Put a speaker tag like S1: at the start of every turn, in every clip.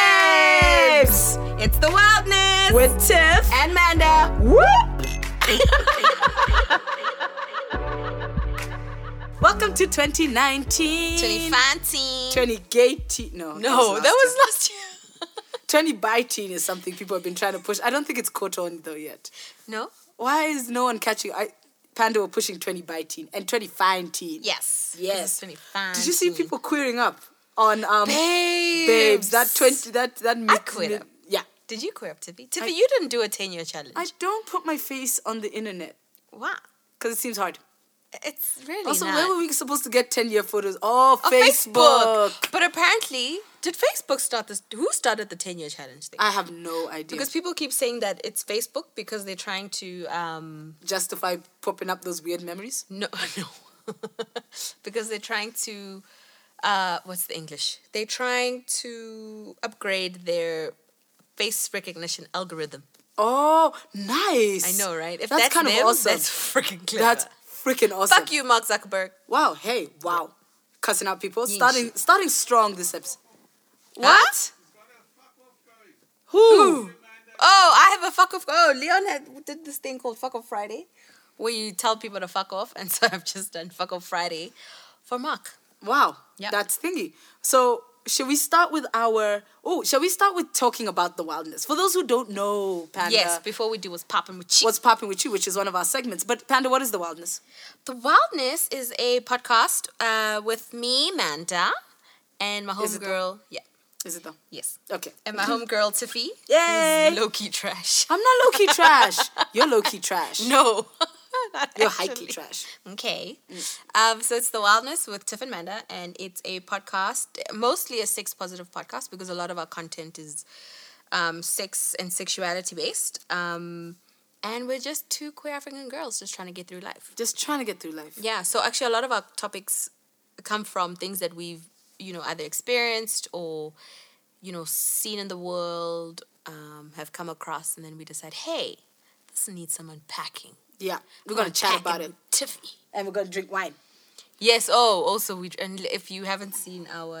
S1: Babes! It's the wildness
S2: With Tiff.
S1: and Manda.
S2: Whoop! Welcome to 2019.
S1: 2019.
S2: 2018. No.
S1: No, that was
S2: not.
S1: last year.
S2: 20 biting is something people have been trying to push. I don't think it's caught on though yet.
S1: no?
S2: Why is no one catching? I, Panda were pushing 20 biting and 20 fine teen.
S1: Yes.
S2: Yes.
S1: This is 2019.
S2: Did you see people queering up on um
S1: Babes.
S2: babes? That 20, that, that mix.
S1: quit
S2: mi-
S1: up.
S2: Yeah.
S1: Did you queer up, Tiffy? Tiffy, you didn't do a 10 year challenge.
S2: I don't put my face on the internet
S1: wow.
S2: because it seems hard.
S1: It's really
S2: Also,
S1: not.
S2: where were we supposed to get 10 year photos? Oh,
S1: Oh,
S2: Facebook.
S1: But apparently, did Facebook start this? Who started the 10 year challenge thing?
S2: I have no idea.
S1: because people keep saying that it's Facebook because they're trying to um
S2: Justify popping up those weird memories.
S1: no no because they're trying to uh what's the English? They're trying to upgrade their face recognition algorithm.
S2: Oh, nice.
S1: I know, right? If
S2: that's,
S1: that's,
S2: kind
S1: them,
S2: of awesome.
S1: that's freaking clever.
S2: That's freaking awesome.
S1: Fuck you, Mark Zuckerberg.
S2: Wow, hey, wow. Cussing out people.
S1: Yeesh.
S2: Starting starting strong this episode.
S1: What?
S2: Who?
S1: Oh, I have a fuck off. Oh, Leon had, did this thing called Fuck Off Friday, where you tell people to fuck off, and so I've just done Fuck Off Friday for Mark.
S2: Wow.
S1: Yeah.
S2: That's thingy. So should we start with our oh, shall we start with talking about the wildness? For those who don't know, Panda
S1: yes, before we do what's popping with cheese.
S2: what's popping with you, which is one of our segments. But Panda, what is the wildness?
S1: The Wildness is a podcast uh, with me, Manda, and my
S2: Is it Mm-hmm.
S1: homegirl. Yeah,
S2: Is it though?
S1: yes.
S2: Okay.
S1: And my homegirl, Tiffy.
S2: Yay!
S1: Low key trash.
S2: I'm not low key trash. You're low key trash.
S1: No. Not
S2: You're high
S1: actually.
S2: key trash.
S1: Okay. Um, so it's The Wildness with Tiff and Manda, and it's a podcast, mostly a sex positive podcast, because a lot of our content is um, sex and sexuality based. Um, and we're just two queer African girls just trying to get through life.
S2: Just trying to get through life.
S1: Yeah. So actually, a lot of our topics come from things that we've, you know, either experienced or, you know, seen in the world, um, have come across, and then we decide, hey, this needs some unpacking.
S2: Yeah. We're gonna chat
S1: Unpack
S2: about it.
S1: with Tiffany.
S2: And we're gonna drink wine.
S1: Yes. Oh, also we and if you haven't seen our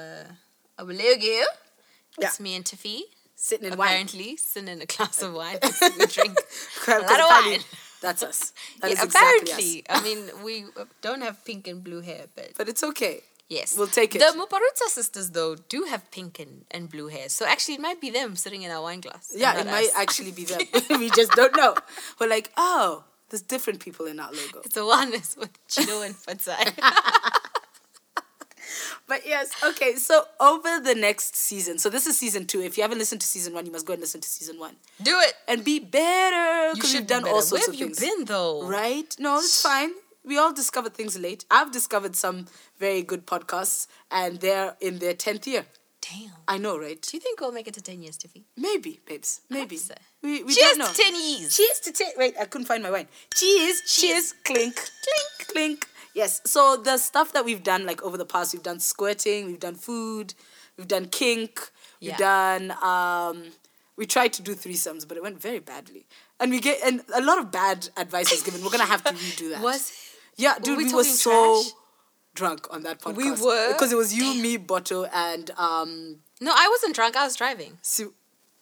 S1: our logo, it's
S2: Yeah.
S1: me and Tiffy.
S2: Sitting in wine.
S1: Apparently, sitting in a glass of wine, we drink a
S2: Because
S1: lot of
S2: apparently
S1: wine.
S2: That's us. That
S1: Yeah,
S2: is
S1: apparently,
S2: exactly us.
S1: I mean we uh, don't have pink and blue hair, but
S2: But it's okay.
S1: yes,
S2: we'll take it.
S1: The Muparuta sisters though do have pink and, and blue hair, so actually it might be them sitting in our wine glass. and
S2: Yeah,
S1: not
S2: it might
S1: us.
S2: actually be them. we just don't know. We're like, oh, there's different people in our logo.
S1: It's a oneness with Chido and Fatsai.
S2: But yes, okay, so over the next season, so this is season two. If you haven't listened to season one, you must go and listen to season one.
S1: Do it.
S2: And be better.
S1: You
S2: Because
S1: should
S2: we've
S1: be
S2: done
S1: better.
S2: all sorts
S1: Where
S2: of
S1: have
S2: things.
S1: you been though?
S2: Right? No, it's fine. We all discover things late. I've discovered some very good podcasts, and they're in their 10th year.
S1: Damn.
S2: I know, right?
S1: Do you think we'll make it to ten years, Tiffy?
S2: Maybe, babes. Maybe.
S1: so.
S2: We, we
S1: Cheers
S2: don't know.
S1: to ten years.
S2: Cheers to take. Wait, I couldn't find my wine. Cheers, cheers, clink, clink, clink. Yes. So the stuff that we've done, like over the past, we've done squirting, we've done food, we've done kink, we've done. Um, we tried to do threesomes, but it went very badly, and we get and a lot of bad advice was given. We're gonna have to redo that.
S1: Was it?
S2: yeah, dude,
S1: we
S2: we, were
S1: talking
S2: so
S1: trash?
S2: drunk on that podcast.
S1: We were?
S2: because it was you, me, Botto, and um.
S1: No, I wasn't drunk. I was driving.
S2: Su-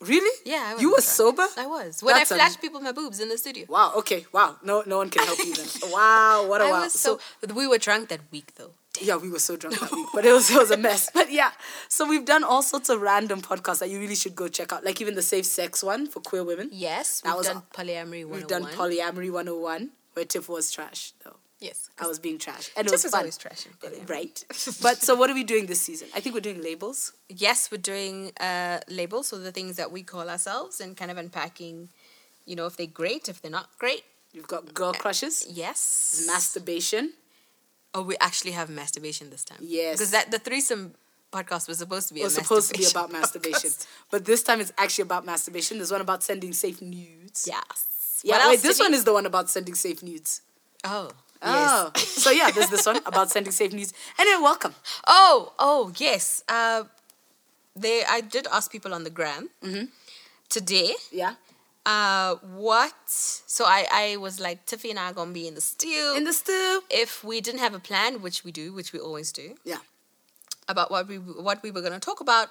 S2: really?
S1: Yeah, I was.
S2: you were sober.
S1: I was. When I
S2: That's a-
S1: flashed people my boobs in the studio.
S2: Wow. Okay. Wow. No. No one can help you then. wow. What a
S1: I
S2: wow.
S1: was so, We were drunk that week though.
S2: yeah, we were so drunk that week, but it was it was a mess. But yeah, so we've done all sorts of random podcasts that you really should go check out. Like even the safe sex one for queer women.
S1: Yes,
S2: That
S1: we've
S2: was
S1: done
S2: a-
S1: polyamory. 101.
S2: We've done polyamory one hundred and one where Tiff was trash though.
S1: Yes,
S2: I was being trash, and it
S1: Tiff
S2: was
S1: is
S2: fun.
S1: always trash in polyamory.
S2: Right. But so what are we doing this season? I think we're doing labels.
S1: yes, we're doing uh, labels, so the things that we call ourselves, and kind of unpacking. You know, if they're great, if they're not great.
S2: You've got girl crushes,
S1: Uh, Yes.
S2: masturbation.
S1: oh, we actually have masturbation this time.
S2: Yes.
S1: Because that the threesome podcast was supposed to be.
S2: It was
S1: a
S2: supposed to be
S1: masturbation
S2: about masturbation,
S1: podcast.
S2: but this time it's actually about masturbation. There's one about sending safe nudes.
S1: Yes.
S2: Yeah,
S1: What
S2: wait,
S1: else
S2: this
S1: did
S2: one
S1: we-
S2: is the one about sending safe nudes.
S1: Oh.
S2: Oh. so yeah, there's this one about sending safe nudes. Anyway, welcome.
S1: Oh, oh yes. Uh, they I did ask people on the gram
S2: Mm-hmm.
S1: today.
S2: Yeah.
S1: Uh, what? So I I was like Tiffy and I are gonna be in the steel.
S2: In the stew.
S1: if we didn't have a plan, which we do, which we always do,
S2: Yeah.
S1: about what we what we were going to talk about,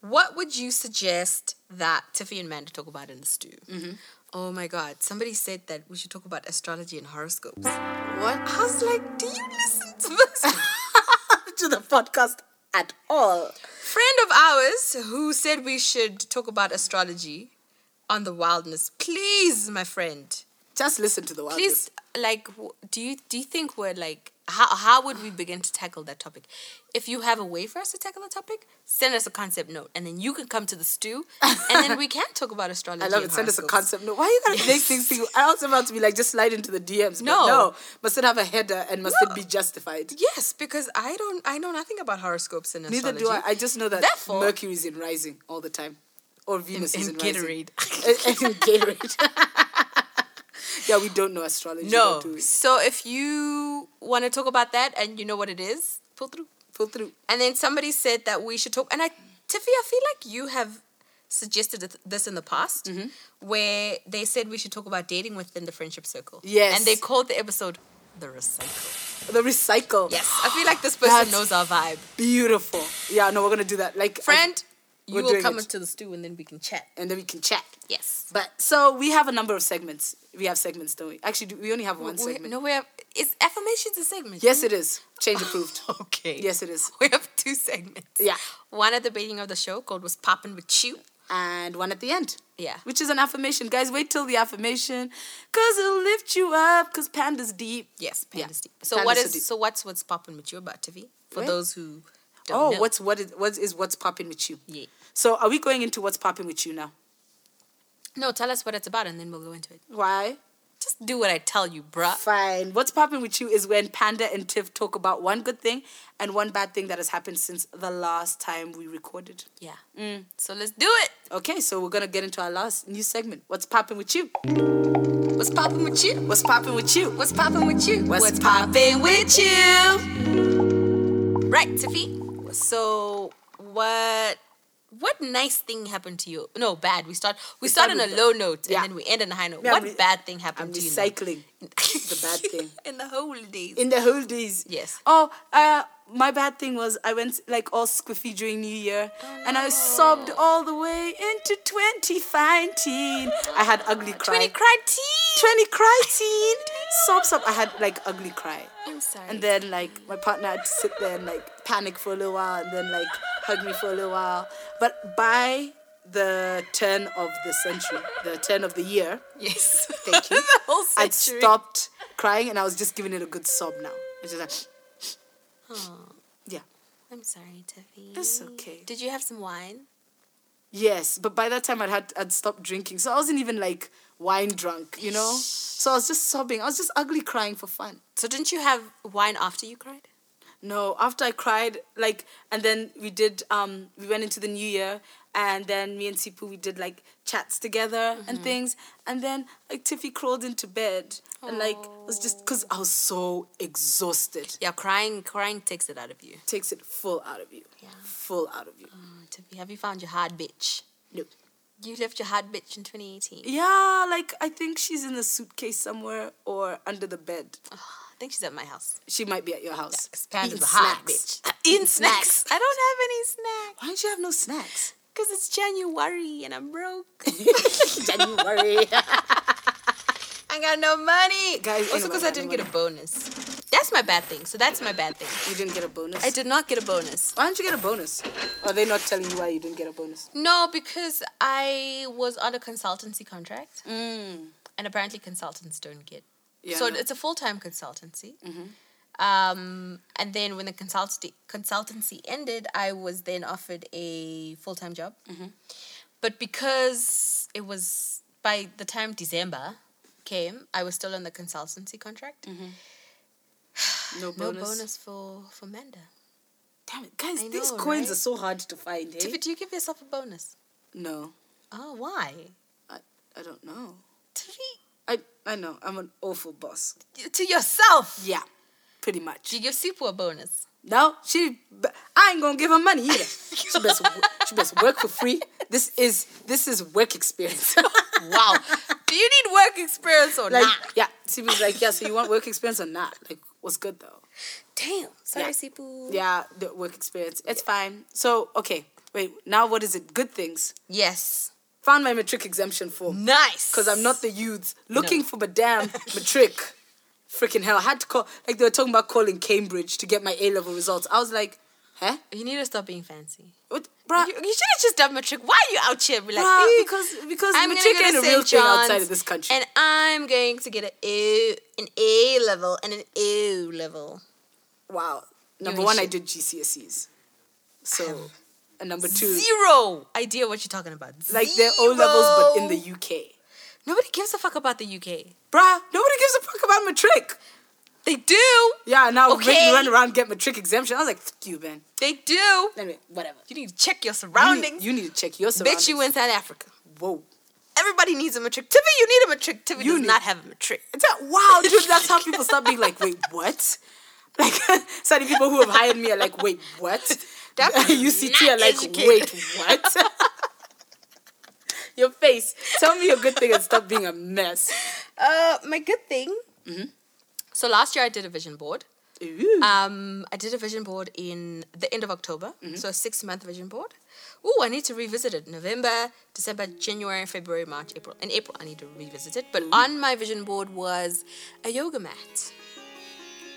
S1: what would you suggest that Tiffy and Manda talk about in the stew? Mm-hmm. Oh my God! Somebody said that we should talk about astrology and horoscopes.
S2: What?
S1: I was like, do you listen to this?
S2: to the podcast at all.
S1: friend of ours who said we should talk about astrology on the wildness please my friend
S2: Just listen to the one.
S1: please like w- do you do you think we're like how, how would we begin to tackle that topic if you have a way for us to tackle the topic send us a concept note and then you can come to the stew and then we can talk about astrology
S2: I love it.
S1: and
S2: Send us a
S1: horoscopes.
S2: concept. No, why are you gonna make things single? I also about to be like just slide into the DMs. No,
S1: No.
S2: no, must it have a header and must
S1: No.
S2: it be justified?
S1: yes because i don't i know nothing about horoscopes and astrology
S2: Neither do I. I just know that
S1: Therefore-
S2: Mercury's in rising all the time, or Venus is in
S1: in
S2: rising.
S1: gatorade
S2: And- and Gatorade. yeah, we don't know astrology.
S1: no
S2: though, do we?
S1: so if you want to talk about that and you know what it is pull through
S2: pull through.
S1: And then somebody said that we should talk. And I, Tiffy, I feel like you have suggested th- this in the past,
S2: Mm-hmm.
S1: where they said we should talk about dating within the friendship circle.
S2: Yes.
S1: And they called the episode "The Recycle."
S2: The recycle.
S1: Yes, I feel like this person
S2: That's-
S1: knows our vibe.
S2: Beautiful. Yeah, no, we're gonna do that. Like I-
S1: Friend,
S2: we're
S1: you will
S2: doing
S1: come
S2: it.
S1: into the stew and then we can chat.
S2: and then we can chat.
S1: Yes.
S2: But so we have a number of segments. We have segments, don't we? Actually, do, we only have one
S1: We-
S2: segment.
S1: no, we have. Is affirmations a segment?
S2: Yes, it is. Change approved.
S1: Okay.
S2: Yes, it is.
S1: We have two segments.
S2: Yeah.
S1: One at the beginning of the show called "Was Poppin' with You."
S2: and one at the end.
S1: Yeah.
S2: Which is an affirmation. Guys, wait till the affirmation. Cause it'll lift you up. Cause panda's deep.
S1: Yes,
S2: Yeah.
S1: Panda's Deep. So
S2: Panda's
S1: what
S2: so
S1: is
S2: deep.
S1: so what's what's popping with you about Tiffy? For
S2: Wait.
S1: those who don't
S2: Oh,
S1: know.
S2: what's what is what is what's popping with you?
S1: Yeah.
S2: So are we going into what's popping with you now?
S1: No, tell us what it's about and then we'll go into it.
S2: Why?
S1: Just do what I tell you, bruh.
S2: Fine. What's popping with you is when Panda and Tiff talk about one good thing and one bad thing that has happened since the last time we recorded.
S1: Yeah. Mm. So let's do it.
S2: Okay, so we're gonna get into our last new segment. What's popping with you?
S1: What's popping with you?
S2: What's popping with you?
S1: What's popping with you?
S2: What's
S1: popping with you? Right, Tiffy. So what what nice thing happened to you? No, bad. We start we,
S2: start
S1: start on a
S2: with
S1: low note
S2: yeah.
S1: and then we end on a high note.
S2: Yeah,
S1: what
S2: I'm re-
S1: bad thing happened
S2: I'm
S1: to you?
S2: recycling the bad thing.
S1: In the holidays.
S2: in the whole days.
S1: Yes.
S2: Oh, uh, my bad thing was I went like all squiffy during New Year, and I sobbed all the way into 2019. I had ugly cry.
S1: 20 cried tea.
S2: 20 cry teen. sob sob. I had like ugly cry.
S1: I'm sorry.
S2: And then like my partner had to sit there and like panic for a little while, and then like hug me for a little while. But by the turn of the century, the turn of the year,
S1: yes.
S2: Thank you.
S1: the whole
S2: I'd
S1: century.
S2: stopped crying and I was just giving it a good sob now. It's just like, yeah.
S1: I'm sorry, Tiffy.
S2: It's okay.
S1: Did you have some wine?
S2: Yes, but by that time I'd had I'd stopped drinking, so I wasn't even like wine drunk, you know. So I was just sobbing. I was just ugly crying for fun.
S1: So didn't you have wine after you cried?
S2: No, after I cried, like, and then we did. Um, we went into the new year, and then me and Sipu we did like chats together
S1: Mm-hmm.
S2: and things, and then like Tiffy crawled into bed and like was just because I was so exhausted.
S1: Yeah, crying crying takes it out of you.
S2: takes it full out of you.
S1: Yeah.
S2: Full out of you.
S1: Oh, Tiffy, have you found your hard bitch?
S2: No.
S1: You left your hard bitch in 2018.
S2: Yeah, like I think she's in a suitcase somewhere or under the bed.
S1: I think she's at my house.
S2: She might be at your house.
S1: Panda's
S2: Eating
S1: a hard
S2: snacks.
S1: bitch.
S2: Eating snacks.
S1: I don't have any snacks
S2: Why don't you have no snacks?
S1: because it's January and I'm broke.
S2: January.
S1: I got no money.
S2: Guys,
S1: also
S2: anyway,
S1: because I didn't
S2: anyway.
S1: get a bonus. That's my bad thing. So that's my bad thing.
S2: you didn't get a bonus.
S1: I did not get a bonus.
S2: Why don't you get a bonus? Are they not telling you why you didn't get a bonus?
S1: No, because I was on a consultancy contract,
S2: Mm.
S1: and apparently consultants don't get.
S2: Yeah,
S1: so
S2: no. Mm-hmm.
S1: it's a full time consultancy. Um, and then when the consultancy consultancy ended, I was then offered a full time job.
S2: Mm-hmm.
S1: But because it was by the time December came, I was still on the consultancy contract.
S2: No
S1: No
S2: Mm-hmm. bonus.
S1: bonus for for Manda.
S2: Damn it, guys!
S1: I
S2: these
S1: know,
S2: coins
S1: right?
S2: are so hard to find. Eh?
S1: Tiffy, do you give yourself a bonus?
S2: No,
S1: Oh, why?
S2: I, I don't know.
S1: Tiffy,
S2: I I know. I'm an awful boss.
S1: to yourself.
S2: Yeah, pretty much.
S1: Do you give Sipu a bonus?
S2: No, she. but I ain't gonna give her money either. She best, she best work for free. This is this is work experience.
S1: wow. Do you need work experience or
S2: like
S1: not?
S2: yeah. Sibu's like, yeah, so you want work experience or not? Like, what's good though?
S1: Damn. Sorry,
S2: Yeah.
S1: Sipu.
S2: Yeah, the work experience. It's fine. So, okay, wait, now what is it? Good things.
S1: Yes.
S2: Found my matric exemption form
S1: Nice.
S2: because I'm not the youth looking for madame matric. Freaking hell. I had to call, like, they were talking about calling Cambridge to get my A level results. I was like, huh?
S1: You need to stop being fancy.
S2: What, bruh?
S1: You, you should have just done matric. Why are you out here? Be like,
S2: bruh,
S1: "Eh,
S2: because because
S1: I'm
S2: matric
S1: gonna
S2: ain't
S1: go
S2: a
S1: to
S2: real
S1: St.
S2: thing
S1: John's,
S2: outside of this country.
S1: and I'm going to get an A, an A level and an O level.
S2: wow. Number
S1: ain't
S2: one, I
S1: shit.
S2: did GCSEs. So,
S1: have
S2: and number two,
S1: Zero idea what you're talking about.
S2: like, they're O levels, but in
S1: Zero.
S2: the UK.
S1: nobody gives a fuck about the UK.
S2: Bruh, nobody gives a fuck about matric.
S1: They do.
S2: Yeah, now when
S1: Okay.
S2: you run around and get matric exemption. I was like, fuck you, man.
S1: They do.
S2: Anyway, whatever.
S1: You need to check your
S2: You need-
S1: surroundings.
S2: You need, to check your surroundings.
S1: Bitch, you in South Africa.
S2: Whoa.
S1: Everybody needs a matric. Tiffy, you need a matric. Tiffy
S2: You
S1: does
S2: need-
S1: not have a matric.
S2: It's like, wow, dude, that's how people start being like, wait, what? Like, suddenly people who have hired me are like, wait, what?
S1: That was
S2: UCT are
S1: not
S2: like,
S1: educated.
S2: wait, what? your face. Tell me your good thing and stop being a mess.
S1: Uh, my good thing. Mm-hmm. So last year I did a vision board.
S2: Ooh.
S1: Um, I did a vision board in the end of October, so a six month vision board. Ooh, I need to revisit it. November, December, January, February, March, April. In April, I need to revisit it. But on my vision board was a yoga mat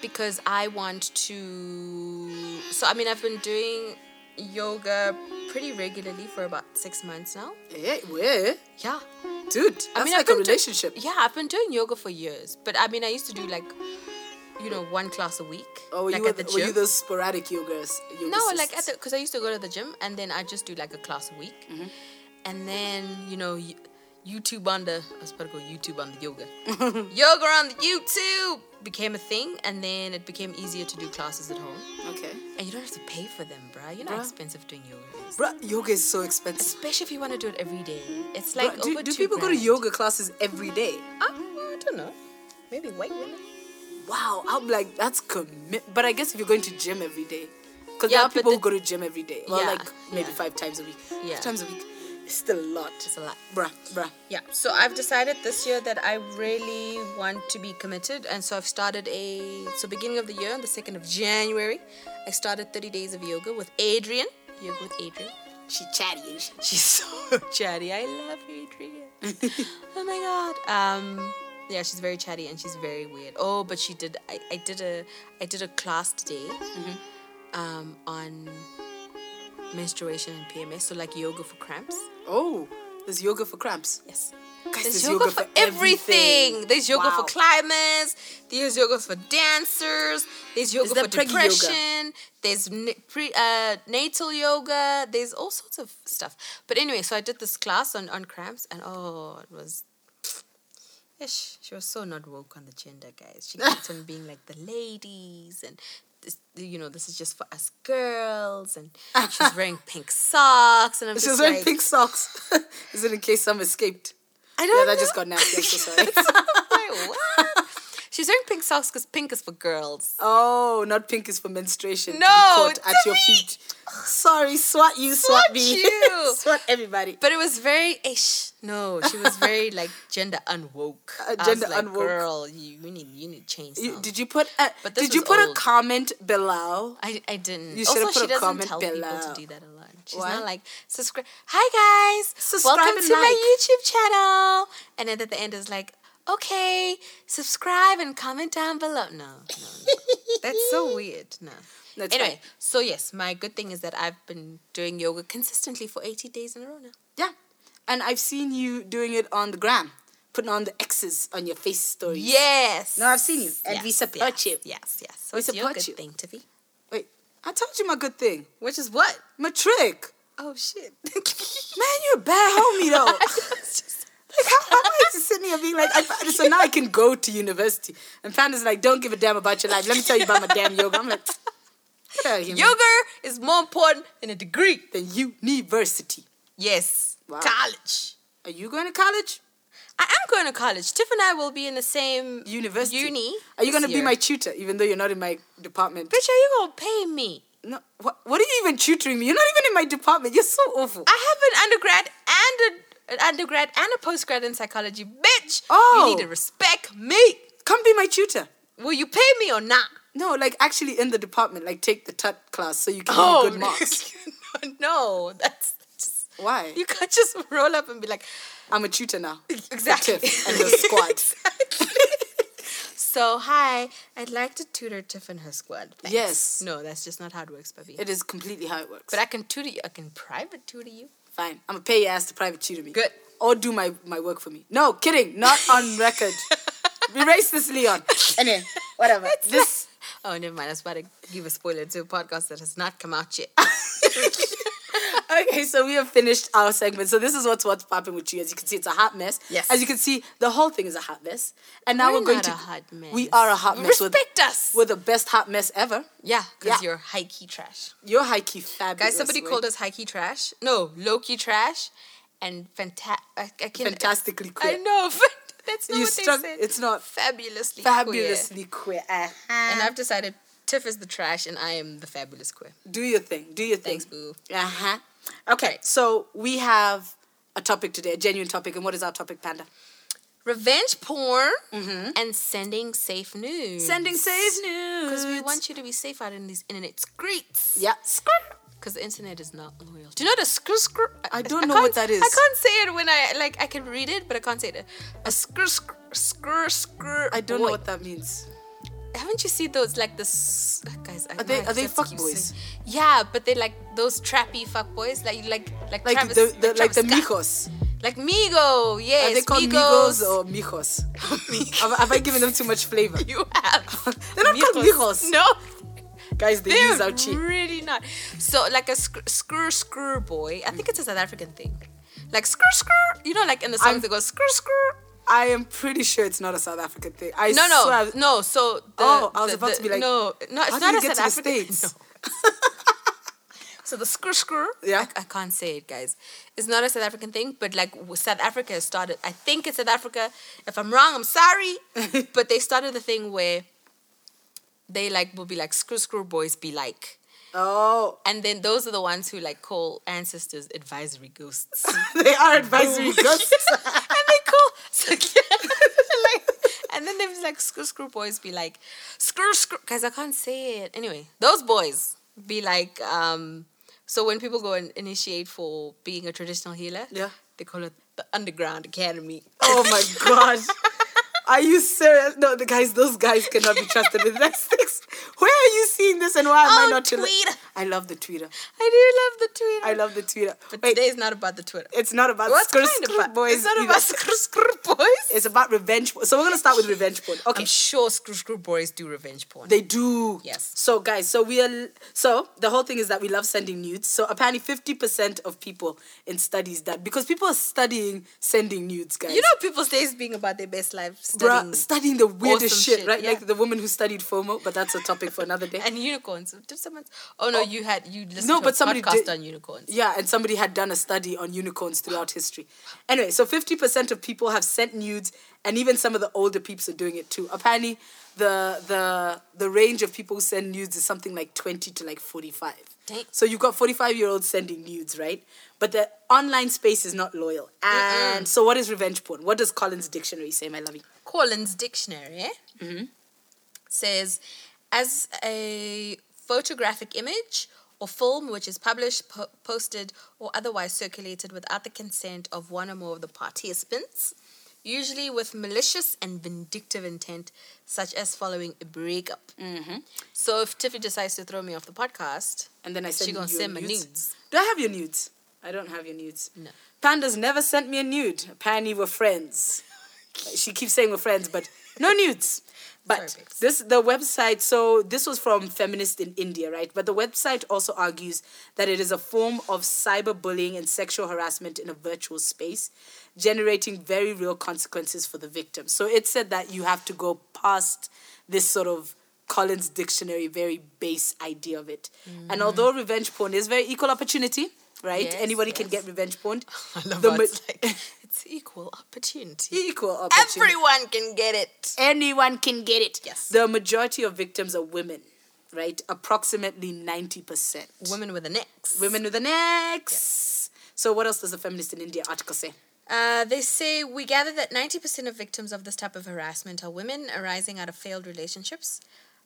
S1: because I want to. So, I mean, I've been doing yoga pretty regularly for about six months now.
S2: Eh, where?
S1: Yeah.
S2: Dude, that's
S1: I mean, I've
S2: like a
S1: been do-
S2: relationship.
S1: yeah, I've been doing yoga for years. But I mean, I used to do like, you know, one class a week.
S2: Oh,
S1: like
S2: you were, were you those sporadic yogas? yoga
S1: No, like at
S2: sists?
S1: the because I used to go to the gym and then I just do like a class a week,
S2: Mm-hmm.
S1: and then you know, y- YouTube on the I was about to go YouTube on the yoga, yoga on the YouTube became a thing, and then it became easier to do classes at home,
S2: Okay.
S1: and you don't have to pay for them, bruh. You know how
S2: Bruh.
S1: expensive doing yoga is,
S2: Bruh, yoga is so expensive.
S1: especially if you want to do it every day. It's
S2: Bruh,
S1: like
S2: do,
S1: over
S2: do
S1: two
S2: people go to
S1: grand.
S2: yoga classes every day?
S1: Uh, I don't know, maybe white women.
S2: Wow, I'm like that's commit. But I guess if you're going to gym every day, because
S1: Yeah,
S2: there are
S1: but
S2: people
S1: the-
S2: who go to gym every day. Well,
S1: Yeah,
S2: like maybe
S1: yeah.
S2: five times a week.
S1: Yeah.
S2: Five times a week, it's still a lot.
S1: It's a lot.
S2: Bruh, bruh.
S1: Yeah, so I've decided this year that I really want to be committed, and so I've started a so beginning of the year, on the second of January, I started thirty days of yoga with Adrian. Yoga with Adrian.
S2: She chatty and she.
S1: She's so chatty. I love Adrian. oh my god. Um, yeah, she's very chatty and she's very weird. Oh, but she did. I, I did a I did a class today, um, on menstruation and PMS. So like yoga for cramps.
S2: Oh, there's yoga for cramps.
S1: Yes.
S2: Guys,
S1: There's, yoga, for everything. There's yoga for
S2: Wow.
S1: climbers. There's yoga for dancers. There's yoga
S2: Is that
S1: for
S2: preggy yoga?
S1: depression. There's n- pre, uh, natal yoga. There's all sorts of stuff. But anyway, so I did this class on, on cramps, and oh, it was. Ish. She was so not woke on the gender, guys. She kept on being like the ladies and. This, you know, this is just for us girls, and she's wearing pink socks, and I'm
S2: She's
S1: just
S2: wearing
S1: like,
S2: pink socks. Is it in case some escaped?
S1: I
S2: Yeah,
S1: don't.
S2: that just
S1: know.
S2: got nasty. I'm so sorry.
S1: Wait, what? She's wearing pink socks because pink is for girls.
S2: Oh, not pink is for menstruation. to be
S1: No,
S2: caught at
S1: to
S2: your
S1: me.
S2: feet. Sorry, swat you, swat,
S1: Swat
S2: me,
S1: you.
S2: swat everybody.
S1: But it was very ish. No, she was very like gender unwoke.
S2: Uh,
S1: I was
S2: gender
S1: like,
S2: unwoke.
S1: Girl, you, you need you need change.
S2: You,
S1: now.
S2: did you put a
S1: But this
S2: did you
S1: was
S2: put a
S1: old.
S2: comment below?
S1: I, I didn't.
S2: You should've
S1: also, she
S2: put a
S1: doesn't
S2: comment
S1: tell people
S2: below.
S1: to do that a lot. She's
S2: What?
S1: not like subscribe. Hi guys,
S2: Subscribe
S1: welcome
S2: and
S1: to
S2: like."
S1: my YouTube channel. And then at the end is like, okay, subscribe and comment down below. No, no, no. that's so weird. No.
S2: That's
S1: anyway,
S2: fine.
S1: so yes, my good thing is that I've been doing yoga consistently for 80 days in a row now.
S2: Yeah. And I've seen you doing it on the gram, putting on the X's on your face stories.
S1: Yes.
S2: No, I've seen you. And we support
S1: yes,
S2: you.
S1: Yes, yes. So
S2: We
S1: it's your
S2: support
S1: good
S2: you.
S1: thing, Tiffy.
S2: Wait, I told you my good thing.
S1: Which is what?
S2: My trick.
S1: Oh shit.
S2: Man, you're a bad homie though. like
S1: It's just-
S2: how, how am I just sitting here being like, I, so now I can go to university. And Panda's like, don't give a damn about your life. Let me tell you about my damn yoga. I'm like, get out of here, man.
S1: Yoga is more important than a degree.
S2: Then university.
S1: Yes.
S2: Wow.
S1: College.
S2: Are you going to college?
S1: I am going to college. Tiff and I will be in the same
S2: University.
S1: Uni.
S2: Are
S1: this
S2: you going to be
S1: year.
S2: my tutor, even though you're not in my department?
S1: bitch? Are you gonna pay me?
S2: No, what, what are you even tutoring me? You're not even in my department. You're so awful.
S1: I have an undergrad and a, an undergrad and a postgrad in psychology, bitch.
S2: Oh.
S1: you need to respect me.
S2: Come be my tutor.
S1: Will you pay me or not?
S2: No, like actually in the department, like take the TUT class so you can
S1: Oh,
S2: get Oh, good marks.
S1: no, that's just,
S2: Why?
S1: you can't just roll up and be like,
S2: I'm a tutor now.
S1: exactly.
S2: Tiff and her squad.
S1: so hi, I'd like to tutor Tiff and her squad. Thanks.
S2: Yes.
S1: No, that's just not how it works, baby.
S2: It is completely how it works.
S1: but I can tutor you. I can private tutor you.
S2: Fine. I'm gonna pay your ass to private tutor me.
S1: Good.
S2: Or do my, my work for me. No, kidding. Not on record. Erase this, Leon. Anyway, whatever. this
S1: Oh, never mind. I was about to give a spoiler to a podcast that has not come out yet.
S2: Okay, so we have finished our segment. So this is what's what's popping with you. As you can see, it's a hot mess.
S1: Yes.
S2: As you can see, the whole thing is a hot mess. And now
S1: We're
S2: we're, going
S1: not
S2: to
S1: a hot mess.
S2: We are a hot mess. We're the-
S1: Respect us.
S2: We're the best hot mess ever.
S1: yeah, because
S2: Yeah.
S1: you're high key trash.
S2: You're high key fabulous.
S1: Guys, somebody
S2: right?
S1: called us high key trash. No, low key trash, and fanta- I, I can
S2: fantastically
S1: I
S2: queer.
S1: know. But that's not
S2: You
S1: what
S2: struck-
S1: they said.
S2: it's not.
S1: fabulously queer.
S2: Fabulously queer. Uh-huh.
S1: And I've decided Tiff is the trash, and I am the fabulous queer.
S2: Do your thing. Do your thing.
S1: Thanks, boo.
S2: Uh huh. Okay,
S1: Right.
S2: so we have a topic today, a genuine topic. And what is our topic, Panda?
S1: Revenge porn and sending safe news.
S2: Mm-hmm. Sending safe news.
S1: because we want you to be safe out in these internet screets.
S2: Yeah.
S1: Because the internet is not loyal. Do you know the skr skr?
S2: I don't know what
S1: can't-
S2: that is.
S1: I can't say it when I like. I can read it, but I can't say it. A skr skr skr skr.
S2: I don't
S1: boy.
S2: know what that means.
S1: Haven't you seen those like the s- guys? I
S2: Are they-
S1: might
S2: are they
S1: just keep
S2: fuckboys?
S1: saying- Yeah, but they're like those trappy fuck boys, like like like
S2: Like
S1: Travis,
S2: the, the like,
S1: Travis
S2: the
S1: Scott.
S2: Migos.
S1: like Migo. Yes,
S2: Are they called Migos, or Mijos? have, have I given them too much flavor?
S1: you have.
S2: They're not called Migos.
S1: No,
S2: Guys, they use
S1: they're
S2: out cheap.
S1: really not. So like a skr skr skr boy. I think it's a South African thing. Like skr skr. You know, like in the songs
S2: I'm-
S1: they go skr skr.
S2: I am pretty sure it's not a South African thing. I
S1: No, no,
S2: swear-
S1: no. So the,
S2: Oh, I was
S1: the-
S2: about
S1: the-
S2: to be like,
S1: no, no. It's
S2: how do
S1: not
S2: you
S1: a
S2: get
S1: South
S2: to the
S1: African.
S2: States?
S1: no. so the skr skr.
S2: Yeah.
S1: I, I can't say it, guys. It's not a South African thing, but like w- South Africa has started. I think it's South Africa. If I'm wrong, I'm sorry. but they started the thing where they like will be like skr skr boys be like.
S2: Oh,
S1: And then those are the ones who like call ancestors advisory ghosts.
S2: they are
S1: Oh,
S2: advisory ghosts.
S1: and they call so, like, and then they're like screw screw boys be like screw screw guys I can't say it anyway those boys be like um so when people go and initiate for being a traditional healer
S2: Yeah.
S1: they call it the underground academy
S2: Oh my god. Are you serious? No, the guys, those guys cannot be trusted with those things. Where are you seeing this and why am
S1: Oh,
S2: I not to-
S1: Twitter.
S2: I love the Twitter.
S1: I do love the Twitter
S2: I love the Twitter.
S1: but
S2: Wait,
S1: today is not about the Twitter
S2: it's not about
S1: what's
S2: skr
S1: kind of
S2: skr
S1: about
S2: boys.
S1: it's not
S2: either.
S1: about screw screw boys
S2: It's about revenge. porn. So we're gonna start with revenge porn. Okay.
S1: I'm sure screw screw boys do revenge porn
S2: They do.
S1: Yes.
S2: So guys, so we are so the whole thing is that we love sending nudes. So apparently 50% of people in studies that because people are studying sending nudes, guys.
S1: you know people's days being about their best life studying
S2: Bruh, studying the weirdest
S1: awesome
S2: shit,
S1: shit,
S2: right?
S1: yeah.
S2: Like the woman who studied FOMO, but that's a topic for another day.
S1: and unicorns. Did someone? Oh no, you had you listened
S2: No,
S1: to
S2: but
S1: a
S2: somebody
S1: podcast
S2: did-
S1: on unicorns.
S2: Yeah, and somebody had done a study on unicorns throughout history. Anyway, so 50% of people have sent nudes, and even some of the older peeps are doing it too. Apparently, the the the range of people who send nudes is something like 20 to like 45.
S1: Dang.
S2: So you've got 45 year olds sending nudes, right? But the online space is not loyal. And so, what is revenge porn? What does Collins Dictionary say, my lovey?
S1: Collins Dictionary eh?
S2: Mm-hmm.
S1: says, as a photographic image or film which is published, po- posted, or otherwise circulated without the consent of one or more of the participants, usually with malicious and vindictive intent, such as following a breakup. So if Tiffy decides to throw me off the podcast,
S2: Mm-hmm. And then I send
S1: she gonna
S2: you your
S1: send me
S2: nudes.
S1: nudes.
S2: Do I have your nudes? I don't have your nudes.
S1: No.
S2: Panda's never sent me a nude. Apparently we're friends. she keeps saying we're friends, but no nudes. But
S1: Sorry, babes.
S2: this the website, so this was from Feminist in India, right? But the website also argues that it is a form of cyberbullying and sexual harassment in a virtual space, generating very real consequences for the victim. So it said that you have to go past this sort of Collins dictionary very base idea of it. And although revenge porn is very equal opportunity, right?
S1: Mm. Yes,
S2: Anybody can
S1: yes.
S2: get revenge porn.
S1: I love
S2: The
S1: how
S2: ma-
S1: it's like it's equal opportunity.
S2: equal opportunity.
S1: Everyone can get it.
S2: Anyone can get it.
S1: Yes.
S2: The majority of victims are women, right? Approximately 90%.
S1: Women with an X.
S2: Women with an X. So, what else does the Feminist in India article say?
S1: Uh, they say we gather that 90% of victims of this type of harassment are women arising out of failed relationships.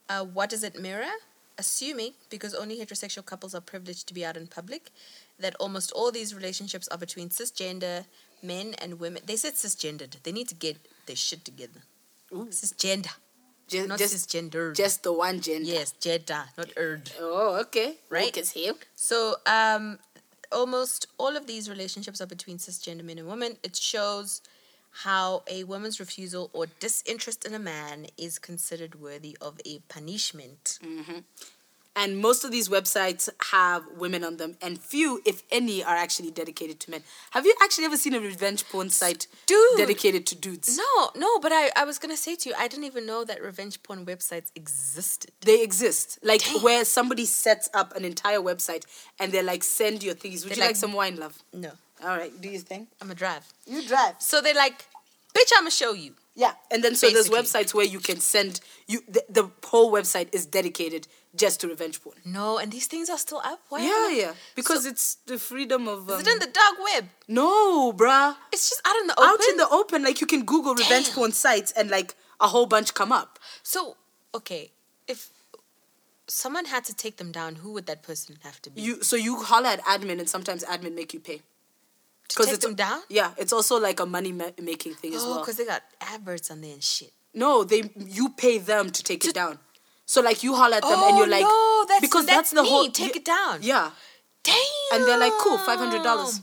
S1: Uh, what does it mirror? Assuming, because only heterosexual couples are privileged to be out in public, that almost all these relationships are between cisgender men and women. They said cisgendered. They need to get their shit together.
S2: Ooh.
S1: Cisgender,
S2: Just,
S1: not
S2: just,
S1: cisgendered.
S2: just the one gender.
S1: yes, gender, not erd.
S2: Oh, okay.
S1: Right.
S2: Woke as hell.
S1: So, um, almost all of these relationships are between cisgender men and women. It shows how a woman's refusal or disinterest in a man is considered worthy of a punishment.
S2: And most of these websites have women on them, and few, if any, are actually dedicated to men. Have you actually ever seen a revenge porn site
S1: Dude.
S2: dedicated to dudes?
S1: No, no, but I, I was gonna say to you, I didn't even know that revenge porn websites existed.
S2: They exist, like where somebody sets up an entire website and they're like, "Send your things." Would
S1: They're
S2: you like,
S1: like-
S2: some wine, love?
S1: No,
S2: All right, do you think
S1: I'm a drive.
S2: you drive?
S1: So they're like, bitch, I'ma show you.
S2: Yeah, and then so there's
S1: Basically.
S2: websites where you can send you the, the whole website is dedicated just to revenge porn.
S1: No, and these things are still up. Why
S2: Yeah,
S1: haven't-
S2: yeah, because it's the freedom of um,
S1: Is it in the dark web?
S2: no, bruh.
S1: It's just out in the open.
S2: Out in the open, like you can Google revenge
S1: Damn.
S2: porn sites and like a whole bunch come up.
S1: So, okay, if someone had to take them down, who would that person have to be?
S2: You so you holler at admin and sometimes admin make you pay
S1: to take
S2: it's
S1: them down?
S2: Yeah, it's also like a money ma- making thing as
S1: Oh,
S2: well.
S1: because they got adverts on there and shit.
S2: No, they you pay them to take it down. So like you holler at them and
S1: Oh,
S2: you're like
S1: no, that's- that's me,
S2: whole
S1: take
S2: y-
S1: it down.
S2: Yeah.
S1: Damn.
S2: And they're like, cool, $500.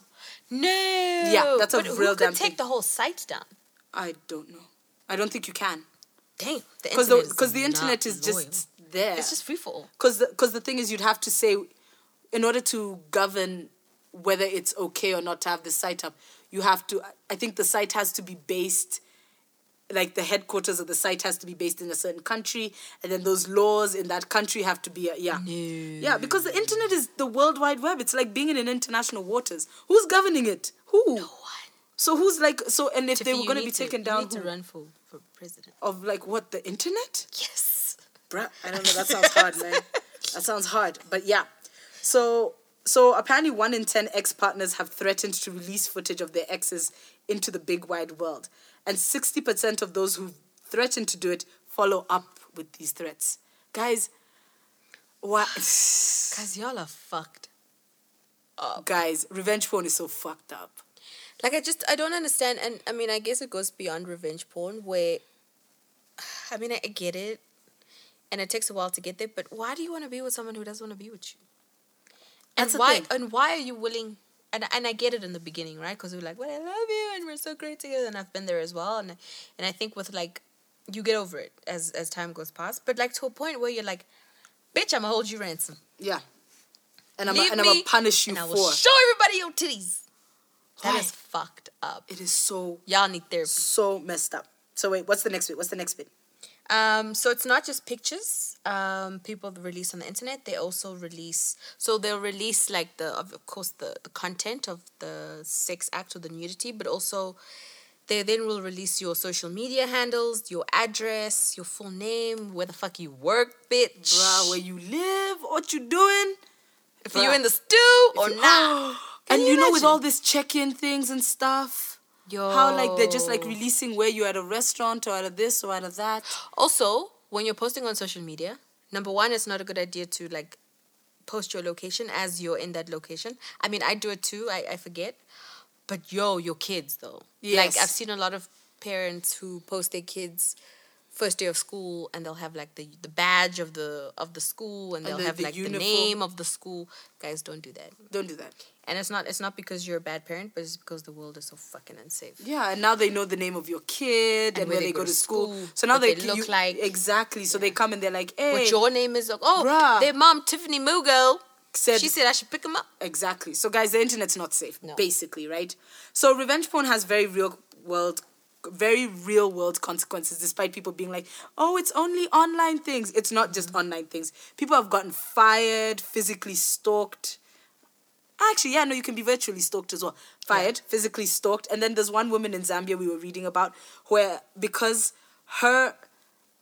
S1: No.
S2: Yeah, that's a
S1: but
S2: real
S1: who
S2: damn
S1: could take
S2: thing.
S1: the whole site down?
S2: I don't know. I don't think you can.
S1: Damn. internet
S2: Because the,
S1: is
S2: cause the
S1: not
S2: internet is
S1: loyal.
S2: just there.
S1: It's just free for all.
S2: Because the, 'cause the thing is, you'd have to say, in order to govern whether it's okay or not to have the site up, you have to, I think the site has to be based, like the headquarters of the site has to be based in a certain country, and then those laws in that country have to be, uh, yeah. Yeah, because the internet is the World Wide Web. It's like being in an international waters. Who's governing it? Who? So who's like, so, and if they
S1: Tiffy,
S2: were
S1: you
S2: going to
S1: need
S2: be taken down,
S1: You need to
S2: who?
S1: run for, for president.
S2: of like what, the internet?
S1: Yes.
S2: Bruh, I don't know. That sounds hard, man. That sounds hard. But yeah. So so apparently one in ten ex partners have threatened to release footage of their exes into the big wide world. And sixty percent of those who threaten to do it follow up with these threats. Guys, what
S1: Because y'all are fucked.
S2: guys, revenge porn is so fucked up.
S1: Like I just I don't understand, and I mean I guess it goes beyond revenge porn where, I mean I, I get it, and it takes a while to get there. But why do you want to be with someone who doesn't want to be with you? And
S2: That's the
S1: why
S2: thing.
S1: and why are you willing? And and I get it in the beginning, right? Because we're like, well, I love you, and we're so great together, and I've been there as well, and and I think with like, you get over it as as time goes past. But like to a point where you're like, bitch, I'ma hold you ransom.
S2: Yeah. And I'm
S1: Leave
S2: and I'm
S1: me,
S2: gonna punish you
S1: and I
S2: for
S1: will show everybody your titties. That
S2: Why?
S1: is fucked up.
S2: it is so
S1: Y'all need therapy.
S2: so messed up. So wait, what's the next bit? What's the next bit?
S1: Um, so it's not just pictures. Um, people release on the internet. They also release. So they'll release like the of course the, the content of the sex act or the nudity, but also they then will release your social media handles, your address, your full name, where the fuck you work, bitch.
S2: Bruh, where you live, what you doing.
S1: if
S2: bruh.
S1: you in the stew or
S2: you- ah,
S1: not.
S2: and you, know, with all these check-in things and stuff,
S1: Yo.
S2: how like they're just like releasing where you're at a restaurant or out of this or out of that.
S1: Also, when you're posting on social media, number one, it's not a good idea to like post your location as you're in that location. I mean, I do it too. I, I forget. But yo, your kids though.
S2: Yes.
S1: Like I've seen a lot of parents who post their kids first day of school and they'll have like the the badge of the of the school and
S2: And
S1: they'll
S2: the-
S1: have
S2: the
S1: like the
S2: uniform.
S1: name of the school. Guys, don't do that.
S2: Don't do that.
S1: And it's not it's not because you're a bad parent, but it's because the world is so fucking unsafe.
S2: Yeah, and now they know the name of your kid and, where they, go, to school. So now
S1: what
S2: they,
S1: they
S2: c-
S1: look
S2: you-
S1: like.
S2: exactly. So they come and they're like, "Hey,
S1: What your name is like, oh,
S2: Bruh.
S1: their mom Tiffany Mugo
S2: said
S1: she said I should pick him up.
S2: Exactly. So, guys, the internet's not safe,
S1: No.
S2: basically, right? So, revenge porn has very real world, very real world consequences, despite people being like, oh, it's only online things. It's not just online things. People have gotten fired, physically stalked. Actually, yeah, no, you can be virtually stalked as well. Fired, physically stalked. And then there's one woman in Zambia we were reading about where, because her,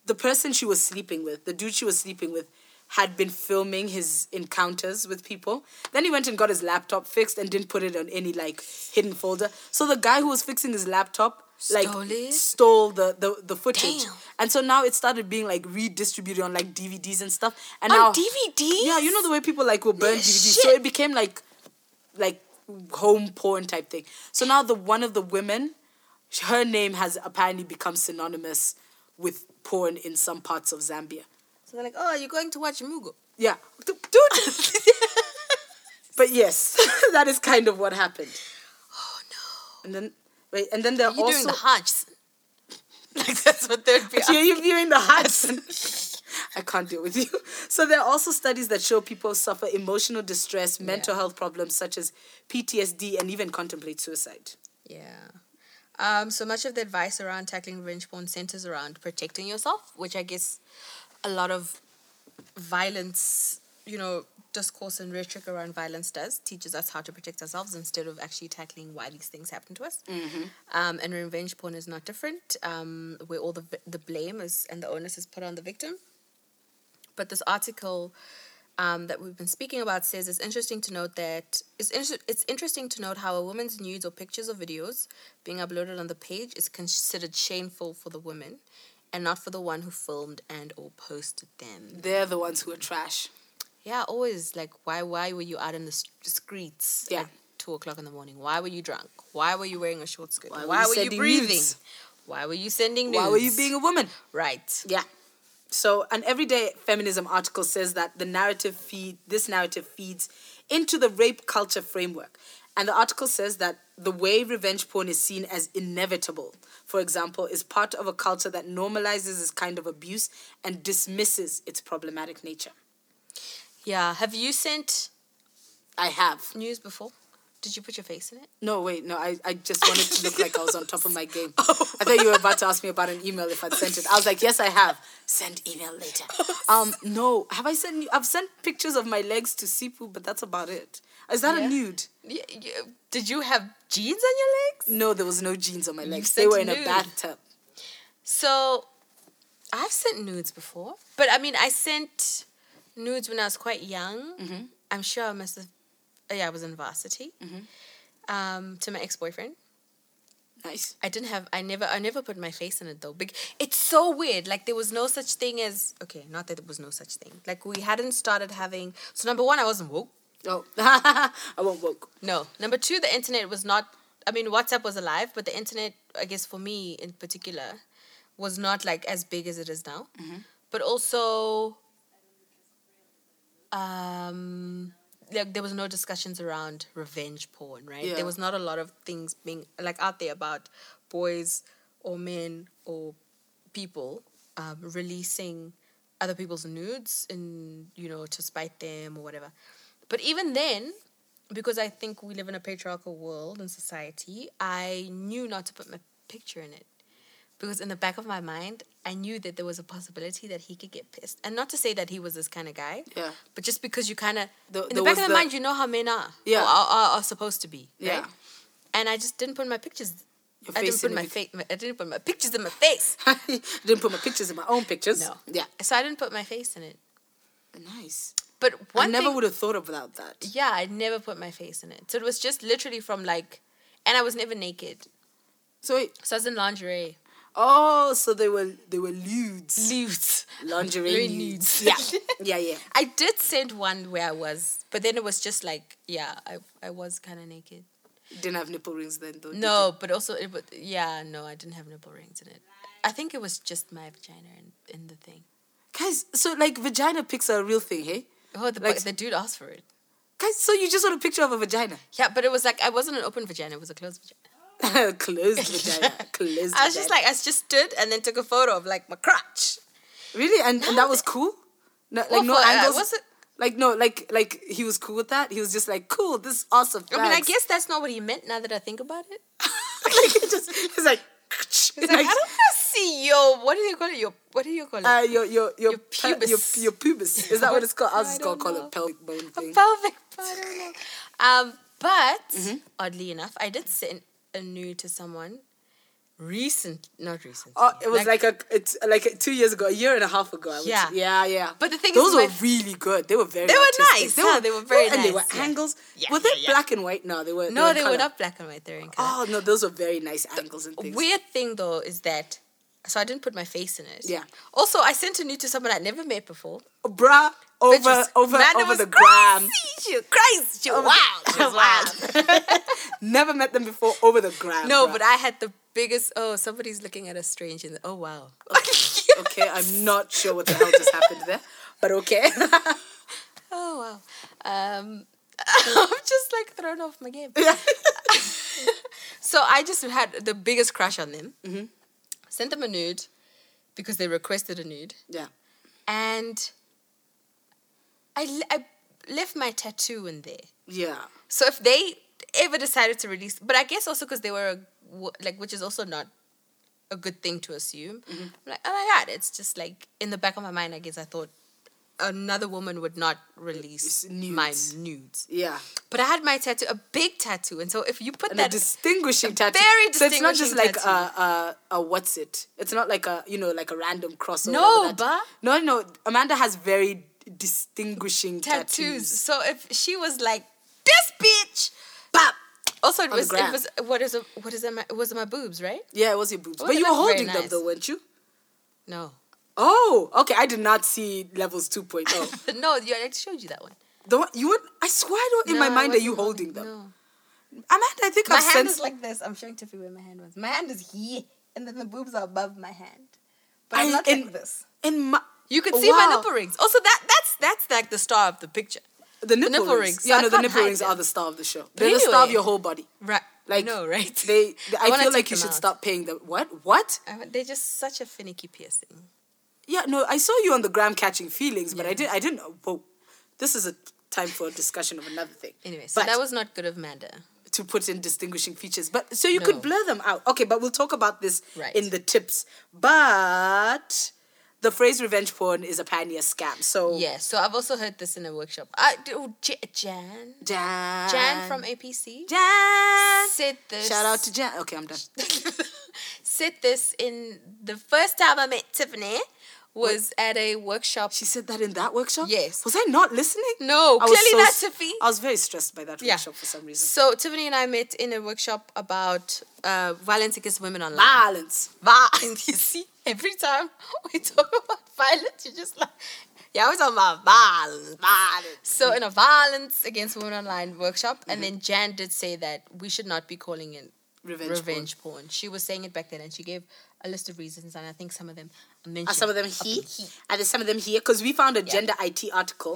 S2: the person she was sleeping with, the dude she was sleeping with, had been filming his encounters with people. Then he went and got his laptop fixed and didn't put it on any like hidden folder. So the guy who was fixing his laptop like
S1: Stole it?
S2: stole the the, the footage.
S1: Damn.
S2: And so now it started being like redistributed on like DVDs and stuff. And
S1: On
S2: now
S1: DVDs?
S2: Yeah, you know the way people like will burn
S1: Yeah,
S2: DVDs. So
S1: shit.
S2: it became like like home porn type thing. So now the one of the women, her name has apparently become synonymous with porn in some parts of Zambia.
S1: So they're like, oh, you're going to watch Mugo.
S2: Yeah. D- Dude. but yes, that is kind of what happened. Oh no. And then wait, and then they're
S1: You're
S2: also
S1: doing the Hajj. Like, that's what they'd be
S2: Yeah, you're viewing the hearts. I can't deal with you. So there are also studies that show people suffer emotional distress, mental health problems such as PTSD, and even contemplate suicide.
S1: Yeah. Um, so much of the advice around tackling revenge porn centers around protecting yourself, which I guess a lot of violence, you know, discourse and rhetoric around violence does, teaches us how to protect ourselves instead of actually tackling why these things happen to us. Um, and revenge porn is not different, um, where all the, vi- the blame is and the onus is put on the victim. But this article um, that we've been speaking about says it's interesting to note that it's, inter- it's interesting to note how a woman's nudes or pictures or videos being uploaded on the page is considered shameful for the woman and not for the one who filmed and or posted them.
S2: They're the ones who are trash.
S1: Yeah, always like why why were you out in the s- streets
S2: Yeah.
S1: at two o'clock in the morning? Why were you drunk? Why were you wearing a short skirt?
S2: Why
S1: Why
S2: were
S1: were, you,
S2: you sending
S1: breathing?
S2: nudes?
S1: Why were you sending nudes?
S2: Why were you being a woman?
S1: right?
S2: Yeah. So an everyday feminism article says that the narrative feed this narrative feeds into the rape culture framework. And the article says that the way revenge porn is seen as inevitable, for example, is part of a culture that normalizes this kind of abuse and dismisses its problematic nature.
S1: Yeah. Have you sent
S2: I have.
S1: news before? Did you put your face in it?
S2: No, wait, no, I, I just wanted to look like I was on top of my game.
S1: Oh.
S2: I thought you were about to ask me about an email if I'd sent it. I was like, yes, I have. Send email later.
S1: Oh,
S2: Um, no, have I sent you? I've sent pictures of my legs to Sipu, but that's about it. Is that a
S1: Yeah.
S2: nude?
S1: Yeah, yeah. Did you have jeans on your legs?
S2: No, there was no jeans on my legs. They
S1: sent
S2: were in a
S1: nude.
S2: bathtub.
S1: So, I've sent nudes before, but I mean, I sent nudes when I was quite young. I'm sure I must have. oh, Yeah, I was in varsity. Um, to my ex boyfriend.
S2: Nice.
S1: I didn't have. I never. I never put my face in it though. Bec- It's so weird. Like there was no such thing as. Okay, not that there was no such thing. Like we hadn't started having. So number one, I wasn't woke.
S2: Oh, I won't woke.
S1: No. Number two, the internet was not. I mean, WhatsApp was alive, but the internet, I guess for me in particular, was not like as big as it is now. But also, um, like there was no discussions around revenge porn, right?
S2: Yeah.
S1: There was not a lot of things being like out there about boys or men or people um, releasing other people's nudes and you know to spite them or whatever. But even then, because I think we live in a patriarchal world and society, I knew not to put my picture in it. Because in the back of my mind, I knew that there was a possibility that he could get pissed. And not to say that he was this kind of guy.
S2: Yeah.
S1: But just because you kind of,
S2: The-
S1: in
S2: there
S1: the back
S2: was
S1: of the,
S2: the-
S1: mind, you know how men are.
S2: Yeah.
S1: Or are, are, are supposed to be. Right?
S2: Yeah.
S1: And I just didn't put my pictures.
S2: Your
S1: I
S2: face
S1: didn't put
S2: in
S1: my
S2: it.
S1: face. I didn't put my pictures in my face.
S2: Didn't put my pictures in my own pictures.
S1: No.
S2: Yeah.
S1: So I didn't put my face in it.
S2: Nice.
S1: But one
S2: I never
S1: thing,
S2: would have thought about that.
S1: Yeah, I never put my face in it. So it was just literally from like, and I was never naked.
S2: So wait.
S1: So I was in lingerie.
S2: Oh, so they were they were nudes.
S1: Nudes.
S2: lingerie
S1: Very
S2: nudes.
S1: nudes.
S2: Yeah, yeah, yeah.
S1: I did send one where I was, but then it was just like, yeah, I, I was kind of naked.
S2: Didn't have nipple rings then though. did you?
S1: No, but also, it was, yeah, no, I didn't have nipple rings in it. I think it was just my vagina in, in the thing.
S2: guys. So like vagina pics are a real thing, hey?
S1: Oh, the,
S2: Like-
S1: the dude asked for it.
S2: Guys, so you just want a picture of a vagina,
S1: Yeah, but it was like, I wasn't an open vagina, it was a closed vagina.
S2: closed vagina, closed.
S1: I was just like, I just stood and then took a photo of like my crotch.
S2: really, and, and that was cool. No, like
S1: What
S2: no
S1: for? Uh,
S2: angles.
S1: was it-
S2: Like no, like like he was cool with that. He was just like, cool, this is awesome.
S1: I mean, I
S2: thanks.
S1: guess that's not what he meant now that I think about it.
S2: like it just it's like,
S1: It's like, I don't want to see your what do you call it? Your what do you call it?
S2: uh, your your your,
S1: Your
S2: pe-
S1: pubis.
S2: your, your pubis. Is that what it's called? I was
S1: I
S2: just gonna
S1: don't
S2: call
S1: know.
S2: it pelvic bone
S1: A
S2: thing.
S1: pelvic bone, I don't know.
S2: Mm-hmm.
S1: Um, but oddly enough, I did send a nude to someone, recent, not recent.
S2: Oh, it was like, a it's like a, two years ago, a year and a half ago. I would
S1: Yeah.
S2: say. yeah, yeah.
S1: But the thing is,
S2: those
S1: my-
S2: were really good. They were very.
S1: They were
S2: artistic.
S1: nice. Yeah, they were very
S2: and they were
S1: nice. Yeah.
S2: angles.
S1: Yeah,
S2: were they
S1: yeah, yeah.
S2: black and white? No, they were.
S1: no, they
S2: color.
S1: were not black and white. They're in color.
S2: Oh no, those were very nice angles and things.
S1: Weird thing though is that, so I didn't put my face in it.
S2: Yeah.
S1: Also, I sent a nude to someone I'd never met before.
S2: Bruh,
S1: Bitch
S2: over
S1: was-
S2: over
S1: man, it
S2: over
S1: was
S2: the gram.
S1: crazy. She was crazy. She was
S2: Over-
S1: wild. She was wild.
S2: Never met them before over the gram.
S1: No,
S2: bruh.
S1: but I had the biggest. Oh, somebody's looking at us strange, and oh wow.
S2: okay, I'm not sure what the hell just happened there, but okay.
S1: Oh wow. Um, I'm just like thrown off my game. so I just had the biggest crush on them. Mm-hmm. Sent them a nude because they requested a nude,
S2: yeah.
S1: and I le- I left my tattoo in there.
S2: Yeah.
S1: So if they ever decided to release, but I guess also because they were w- like, which is also not a good thing to assume.
S2: Mm-hmm.
S1: I'm like, oh my god, it's just like in the back of my mind. I guess I thought another woman would not release
S2: It's
S1: my
S2: nudes.
S1: nudes,
S2: Yeah.
S1: but I had my tattoo, a big tattoo, and so if you put
S2: And a
S1: that,
S2: distinguishing tattoo.
S1: very
S2: so it's not just like
S1: distinguishing
S2: a, a a what's it? It's not like a you know like a random cross. Or
S1: No,
S2: whatever that-
S1: bruh.
S2: No, no. Amanda has very distinguishing
S1: tattoos.
S2: tattoos.
S1: So if she was like this bitch, bop. Also, it
S2: On the
S1: was it
S2: gram.
S1: was what is it, what is it, my, was it my boobs right?
S2: Yeah, it was your boobs,
S1: Oh,
S2: but
S1: they
S2: you were
S1: look very
S2: holding them
S1: nice.
S2: though, weren't you?
S1: No,
S2: Oh, okay. I did not see levels 2.0.
S1: no, you, I showed you that one.
S2: the one, you would, I swear I don't, in
S1: No,
S2: my
S1: I
S2: mind, are you
S1: wasn't
S2: holding them?
S1: no.
S2: Amanda, I think
S1: My
S2: I've
S1: hand
S2: sensed.
S1: is like this. I'm showing Tiffy where my hand was. My hand is here, and then the boobs are above my hand. But
S2: I-
S1: I'm not
S2: in-
S1: like this.
S2: in my,
S1: You can see
S2: Wow.
S1: my nipple rings. Also, that that's that's like the star of the picture.
S2: The nipple,
S1: nipple
S2: rings.
S1: rings.
S2: Yeah,
S1: I
S2: no, the
S1: can't
S2: nipple
S1: hide
S2: rings are
S1: them.
S2: the star of the show.
S1: But
S2: They're the star of
S1: anyway.
S2: your whole body.
S1: Right.
S2: Like
S1: no, right?
S2: They, I,
S1: wanna
S2: feel like
S1: take
S2: you
S1: them
S2: should
S1: out.
S2: stop paying them. What? What?
S1: I want- they're just such a finicky piercing.
S2: Yeah, no, I saw you on the gram catching feelings, but I did, I didn't. Whoa, this is a time for a discussion of another thing.
S1: Anyway, so
S2: but
S1: that was not good of Amanda.
S2: to put in distinguishing features, but so you could
S1: No.
S2: blur them out. Okay, but we'll talk about this
S1: Right.
S2: in the tips. But the phrase revenge porn is apparently a scam. So
S1: Yeah. So I've also heard this in a workshop. I do J- Jan.
S2: Jan,
S1: Jan from APC
S2: Jan.
S1: said this.
S2: Shout out to Jan. Okay, I'm done.
S1: said this in the first time I met Tiffany was at a workshop.
S2: She said that in that workshop.
S1: Yes.
S2: Was I not listening?
S1: No,
S2: I was
S1: Oh, clearly not,
S2: s-
S1: Tiffy.
S2: I was very stressed by that
S1: Yeah.
S2: workshop for some reason.
S1: So Tiffany and I met in a workshop about uh, violence against women online.
S2: Violence.
S1: Violence. you see, every time we talk about violence, you're just like, yeah, we're talking about violence.
S2: Violence.
S1: So in a violence against women online workshop, and then Jan did say that we should not be calling it
S2: Revenge
S1: revenge porn. She was saying it back then, and she gave a list of reasons, and I think some of them are mentioned.
S2: Are some of them
S1: up
S2: here?
S1: in
S2: Are there some of them here? Because we found a gender IT article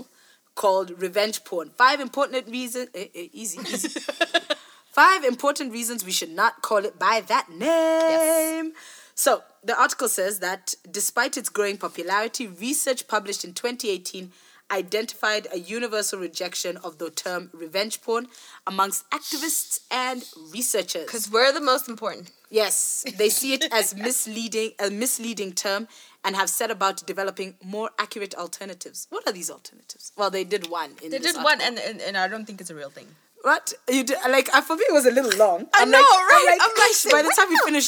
S2: called "Revenge Porn: Five Important Reasons." eh, easy, easy. Five important reasons we should not call it by that name. So the article says that despite its growing popularity, research published in 2018 identified a universal rejection of the term revenge porn amongst activists and researchers.
S1: Because we're the most important.
S2: Yes, they see it as misleading, a misleading term, and have set about developing more accurate alternatives. What are these alternatives? Well, they did one. In
S1: They
S2: this
S1: did one, and, and and I don't think it's a real thing.
S2: What you did, like? I, for me, it was a little long.
S1: I know, right?
S2: I'm like,
S1: I'm like,
S2: "Ish,"
S1: say,
S2: by the time we finish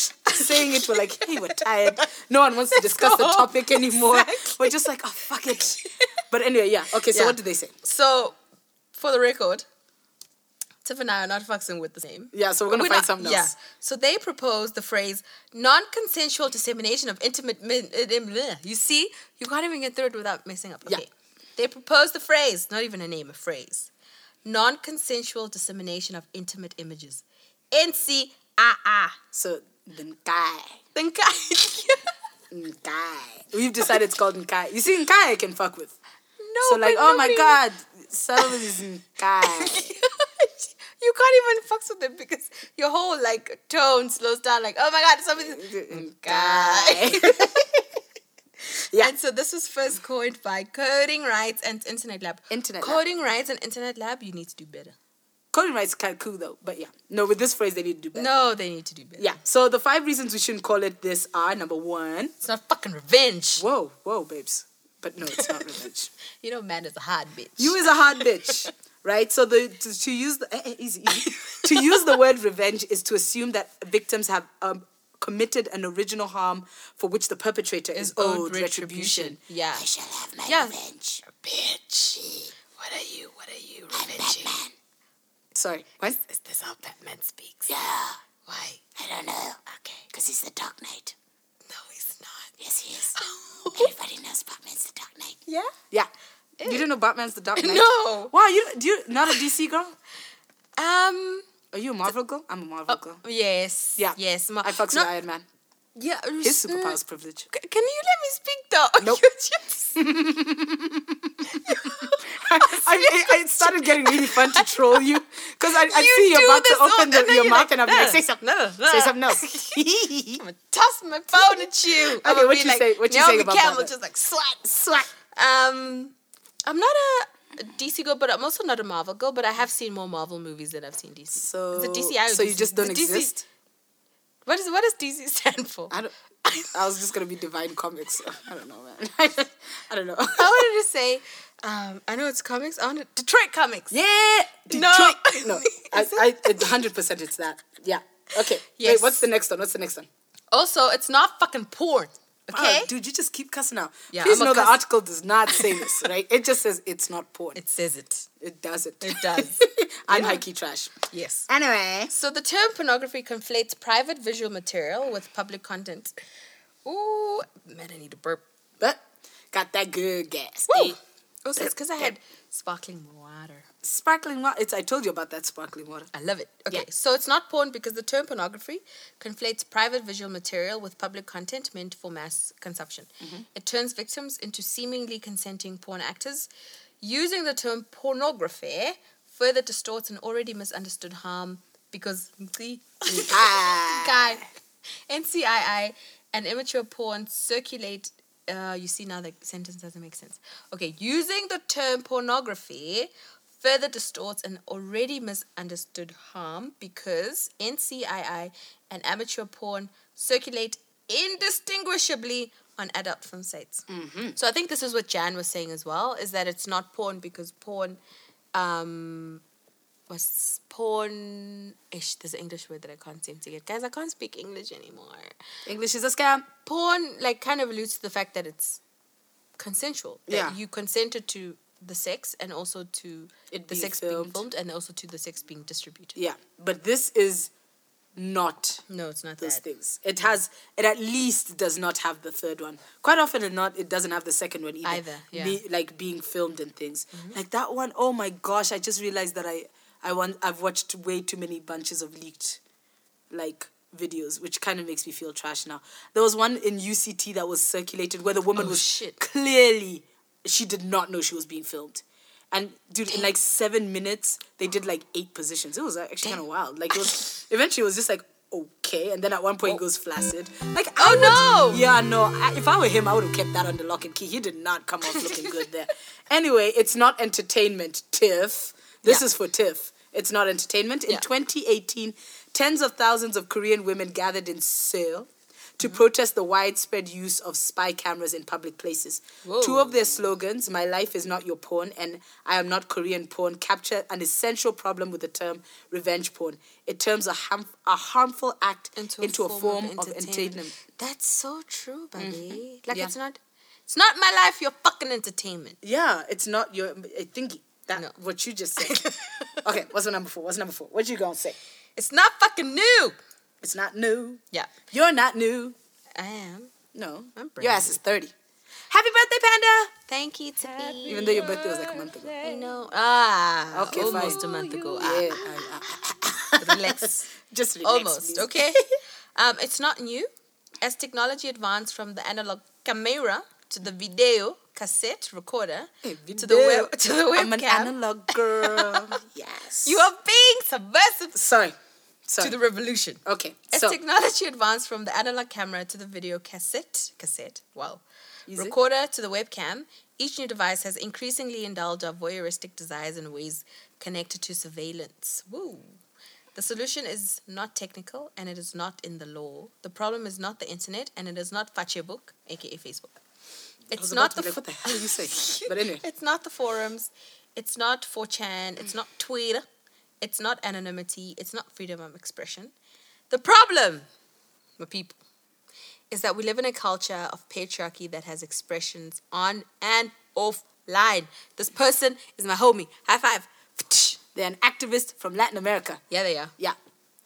S2: saying it, we're like, hey, we're tired. No one wants to discuss the
S1: go.
S2: topic anymore.
S1: Exactly.
S2: We're just like, oh fuck it. But anyway, yeah. Okay, so
S1: Yeah.
S2: what did they say?
S1: So, for the record, Tiff and I are not fucking with the same.
S2: Yeah, so we're gonna find
S1: not-
S2: something else.
S1: So they proposed the phrase "non-consensual dissemination of intimate." min- uh, um, bleh." You see, you can't even get through it without messing up.
S2: Yeah.
S1: Okay. They proposed the phrase, not even a name, a phrase, "non-consensual dissemination of intimate images," NCII.
S2: So the Nkai,
S1: Think I.
S2: Nkai. We've decided it's called Nkai. You see, Nkai I can fuck with.
S1: no.
S2: So like,
S1: but
S2: oh my
S1: nobody-
S2: god, Sullivan is in Kai.
S1: you can't even fuck with them because your whole like tone slows down. Like, oh my god, somebody's
S2: In Kai.
S1: guy.
S2: Yeah.
S1: And so this was first coined by Coding Rights and Internet Lab.
S2: Internet Lab.
S1: Coding Rights and Internet Lab, you need to do better.
S2: Coding rights kind of cool though, but yeah. No, with this phrase they need to do better.
S1: No, they need to do better.
S2: Yeah. So the five reasons we shouldn't call it this are number one.
S1: It's not fucking revenge.
S2: Whoa, whoa, babes. But no, it's not revenge.
S1: You know, man is a hard bitch.
S2: you is a hard bitch. Right, so the to, to use the eh, eh, easy, easy. to use the word revenge is to assume that victims have um, committed an original harm for which the perpetrator is, owed retribution.
S1: Yeah.
S2: I shall have my
S1: Yeah.
S2: revenge. Bitch.
S1: What are you? What are you revenging?
S2: Sorry. What?
S1: Is this how Batman speaks?
S2: Yeah.
S1: Why?
S2: I don't know.
S1: Okay.
S2: Because he's the Dark Knight.
S1: No, he's not.
S2: Yes, he is. Everybody knows Batman's the Dark Knight.
S1: Yeah.
S2: Yeah. You didn't know Batman's the Dark Knight?
S1: No.
S2: Wow, you do you not a DC girl?
S1: Um.
S2: Are you a Marvel girl? I'm a Marvel girl.
S1: Yes.
S2: Yeah.
S1: Yes. Ma-
S2: I fucks
S1: No,
S2: with Iron Man.
S1: Yeah.
S2: His
S1: mm,
S2: superpower is privilege.
S1: c- Can you let me speak though?
S2: Nope.
S1: You're just-
S2: I, I, I started getting really fun to troll you because I, I
S1: You
S2: see you're
S1: do
S2: about to
S1: this all-
S2: open the,
S1: and then
S2: your
S1: you're like,
S2: mouth and I'm like,
S1: "No,
S2: say something,
S1: no, no."
S2: say something else.
S1: I'm gonna toss my phone at you. I'm
S2: Okay,
S1: gonna
S2: what
S1: be
S2: you
S1: like,
S2: say- what you
S1: Naomi
S2: say about
S1: Campbell,
S2: Barbara?
S1: just like swat,
S2: Swat.
S1: Um, I'm not a DC girl, but I'm also not a Marvel girl. But I have seen more Marvel movies than I've seen DC.
S2: So,
S1: Is it DCI or
S2: so you
S1: DC?
S2: just don't
S1: Is it DC?
S2: exist.
S1: What is what does DC stand for?
S2: I don't. I was just gonna be divine comics. so I don't know, man. I don't know.
S1: I wanted to say, um, I know it's comics. I wanted Detroit comics.
S2: Yeah,
S1: No.
S2: Detroit. No,
S1: Is
S2: I, I, hundred percent, it's that. Yeah. Okay.
S1: Yes.
S2: Wait, what's the next one? What's the next one?
S1: Also, it's not fucking porn. Okay,
S2: Wow, dude, you just keep cussing out.
S1: Yeah,
S2: Please
S1: I'm a
S2: know the
S1: cuss-
S2: article does not say this, right? It just says it's not porn.
S1: it says it.
S2: It doesn't.
S1: It does.
S2: I'm high key trash.
S1: Yes.
S2: Anyway.
S1: So the term pornography conflates private visual material with public content. Ooh, man, I need to burp.
S2: But got that good gas.
S1: Woo!
S2: eh?
S1: Also, it's because I had sparkling water.
S2: Sparkling water. It's I told you about that sparkling water.
S1: I love it. Okay,
S2: Yeah.
S1: so it's not porn because the term pornography conflates private visual material with public content meant for mass consumption. It turns victims into seemingly consenting porn actors. Using the term pornography further distorts an already misunderstood harm because see,
S2: Ah.
S1: guy, NCII and immature porn circulate. Uh, you see now the sentence doesn't make sense. Okay, using the term pornography further distorts an already misunderstood harm because NCII and amateur porn circulate indistinguishably on adult film sites. Mm-hmm. So I think this is what Jan was saying as well: is that it's not porn because porn. Um, was porn ish. There's an English word that I can't seem to get. Guys, I can't speak English anymore.
S2: English is a scam.
S1: Porn, like, kind of alludes to the fact that it's consensual. That
S2: Yeah.
S1: You consented to the sex and also to
S2: It
S1: the
S2: being
S1: sex being
S2: filmed.
S1: filmed and also to the sex being distributed.
S2: Yeah. But this is not
S1: No, it's not
S2: those
S1: that.
S2: things. It has it at least does not have the third one. Quite often and not it doesn't have the second one either.
S1: Either, yeah. Mm-hmm.
S2: Be- like being filmed and things. Like that one, oh my gosh, I just realized that I I want I've watched way too many bunches of leaked like videos, which kind of makes me feel trash now. There was one in UCT that was circulated where the woman
S1: Oh,
S2: was
S1: shit.
S2: clearly she did not know she was being filmed. And dude, in like seven minutes, they did like eight positions. It was actually kind of wild. Like it was eventually it was just like okay, and then at one point he goes flaccid. Like I would-
S1: Oh, no!
S2: yeah, no. I, if I were him, I would have kept that under lock and key. He did not come off looking good there. Anyway, it's not entertainment, Tiff. This
S1: Yeah.
S2: is for Tiff. It's not entertainment. In
S1: Yeah.
S2: 2018, tens of thousands of Korean women gathered in Seoul to protest the widespread use of spy cameras in public places. Two of their slogans, My Life Is Not Your Porn and I Am Not Korean Porn, capture an essential problem with the term revenge porn. It turns a, harm, a harmful act into, a form, of entertainment. Mm-hmm.
S1: That's so true, buddy. Like,
S2: Yeah.
S1: it's not. It's not my life, your fucking entertainment.
S2: Yeah, it's not your I think That
S1: No.
S2: what you just said. okay, what's the number four? What's number four? What you gonna say?
S1: It's not fucking new.
S2: It's not new.
S1: Yeah.
S2: You're not new.
S1: I am.
S2: No,
S1: I'm
S2: your ass is thirty. Happy birthday, Panda!
S1: Thank you, Tiffany.
S2: Even though your birthday was like a month ago.
S1: I know. Ah,
S2: Okay, fine.
S1: almost a month ago.
S2: Yeah,
S1: Ah,
S2: I- I-
S1: relax.
S2: just relax,
S1: almost,
S2: please.
S1: okay? Um, it's not new. As technology advanced from the analog camera to the video cassette recorder
S2: Hey,
S1: to the
S2: video.
S1: web, to the webcam,
S2: I'm an analog girl. yes.
S1: you are being subversive
S2: sorry. Sorry.
S1: to the revolution.
S2: okay.
S1: As
S2: So
S1: technology advanced from the analog camera to the video cassette, cassette, wow,
S2: Easy.
S1: recorder to the webcam, each new device has increasingly indulged our voyeuristic desires in ways connected to surveillance. Woo. The solution is not technical and it is not in the law. The problem is not the internet and it is not Facebook, aka Facebook.
S2: I
S1: It's
S2: was
S1: not
S2: about
S1: the
S2: to
S1: fo-
S2: be like, what the hell are you saying? But anyway,
S1: it's not the forums. It's not 4chan. It's not Twitter. It's not anonymity. It's not freedom of expression. The problem my people, is that we live in a culture of patriarchy that has expressions on and offline. This person is my homie. High five.
S2: They're an activist from Latin America.
S1: Yeah, they are.
S2: Yeah.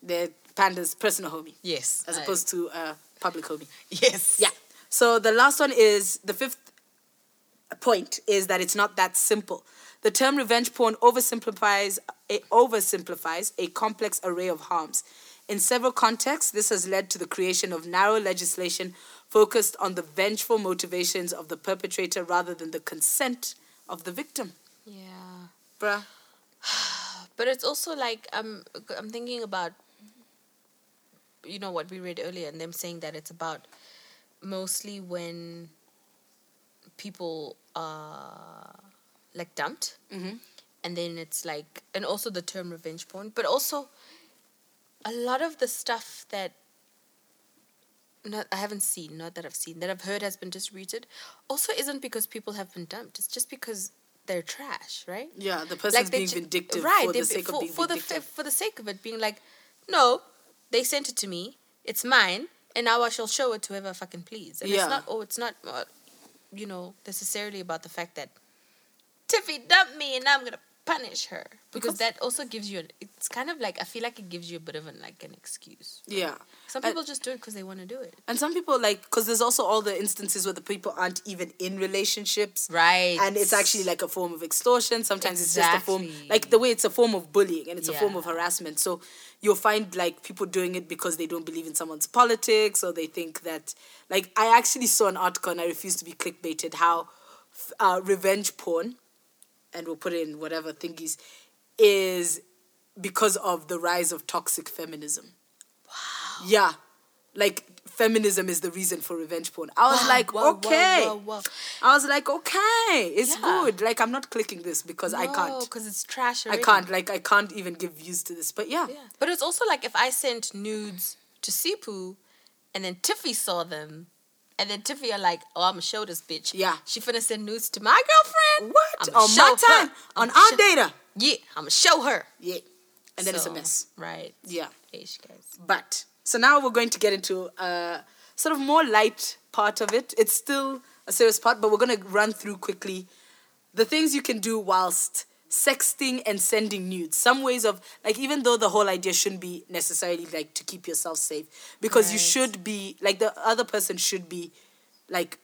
S2: They're Panda's personal homie.
S1: Yes.
S2: As
S1: I-
S2: opposed to uh, public homie.
S1: Yes.
S2: Yeah. So the last one is the fifth point is that it's not that simple. The term revenge porn oversimplifies it oversimplifies a complex array of harms. In several contexts, this has led to the creation of narrow legislation focused on the vengeful motivations of the perpetrator rather than the consent of the victim.
S1: Yeah.
S2: Bruh.
S1: But it's also like um, I'm thinking about, you know, what we read earlier, and them saying that it's about mostly when people are like dumped, mm-hmm. and then it's like, and also the term revenge porn, but also a lot of the stuff that. Not, I haven't seen, not that I've seen, that I've heard has been distributed, also isn't because people have been dumped. It's just because they're trash, right?
S2: Yeah, the person's
S1: they
S2: being
S1: ju-
S2: vindictive for
S1: they-
S2: the sake
S1: for,
S2: of being
S1: for the
S2: vindictive.
S1: f- for the sake of it being like, no, they sent it to me. It's mine, and now I shall show it to whoever I fucking please. And
S2: Yeah.
S1: it's not. Oh, it's not. Uh, you know, necessarily about the fact that Tiffy dumped me, and now I'm gonna punish her because,
S2: Because-
S1: that also gives you. An, it's kind of like I feel like it gives you a bit of an like an excuse.
S2: yeah.
S1: Some
S2: I-
S1: people just do it because they want to do it.
S2: And some people like because there's also all the instances where the people aren't even in relationships,
S1: Right.
S2: And it's actually like a form of extortion. Sometimes it's just a form,
S1: Exactly.
S2: like the way it's a form of bullying and it's a form
S1: Yeah.
S2: of harassment. So you'll find like people doing it because they don't believe in someone's politics or they think that, like, I actually saw an article and I refuse to be clickbaited how f- uh, revenge porn, and we'll put it in whatever thingies, is because of the rise of toxic feminism. Wow. Yeah. Like, feminism is the reason for revenge porn. I was
S1: Wow,
S2: like,
S1: wow, wow,
S2: okay.
S1: wow, wow.
S2: I was like, okay, it's
S1: Yeah.
S2: good. Like, I'm not clicking this because I can't.
S1: because it's trash.
S2: I
S1: already.
S2: can't. Like, I can't even give views to this. But yeah,
S1: Yeah. But it's also like if I sent nudes to Sipu and then Tiffy saw them and then Tiffy are like, oh, I'm gonna show this bitch.
S2: Yeah.
S1: She finna send nudes to my girlfriend.
S2: what
S1: I'ma
S2: on my
S1: show her.
S2: time on
S1: I'ma
S2: our
S1: sho-
S2: data?
S1: Yeah, I'm gonna show her.
S2: Yeah, and then it's a
S1: So,
S2: mess.
S1: Right.
S2: Yeah,
S1: Ish, guys.
S2: but so now we're going to get into uh, sort of more light part of it. It's still a serious part, but we're gonna run through quickly the things you can do whilst sexting and sending nudes some ways of like even though the whole idea shouldn't be necessarily like to keep yourself safe because you
S1: Right.
S2: should be like the other person should be like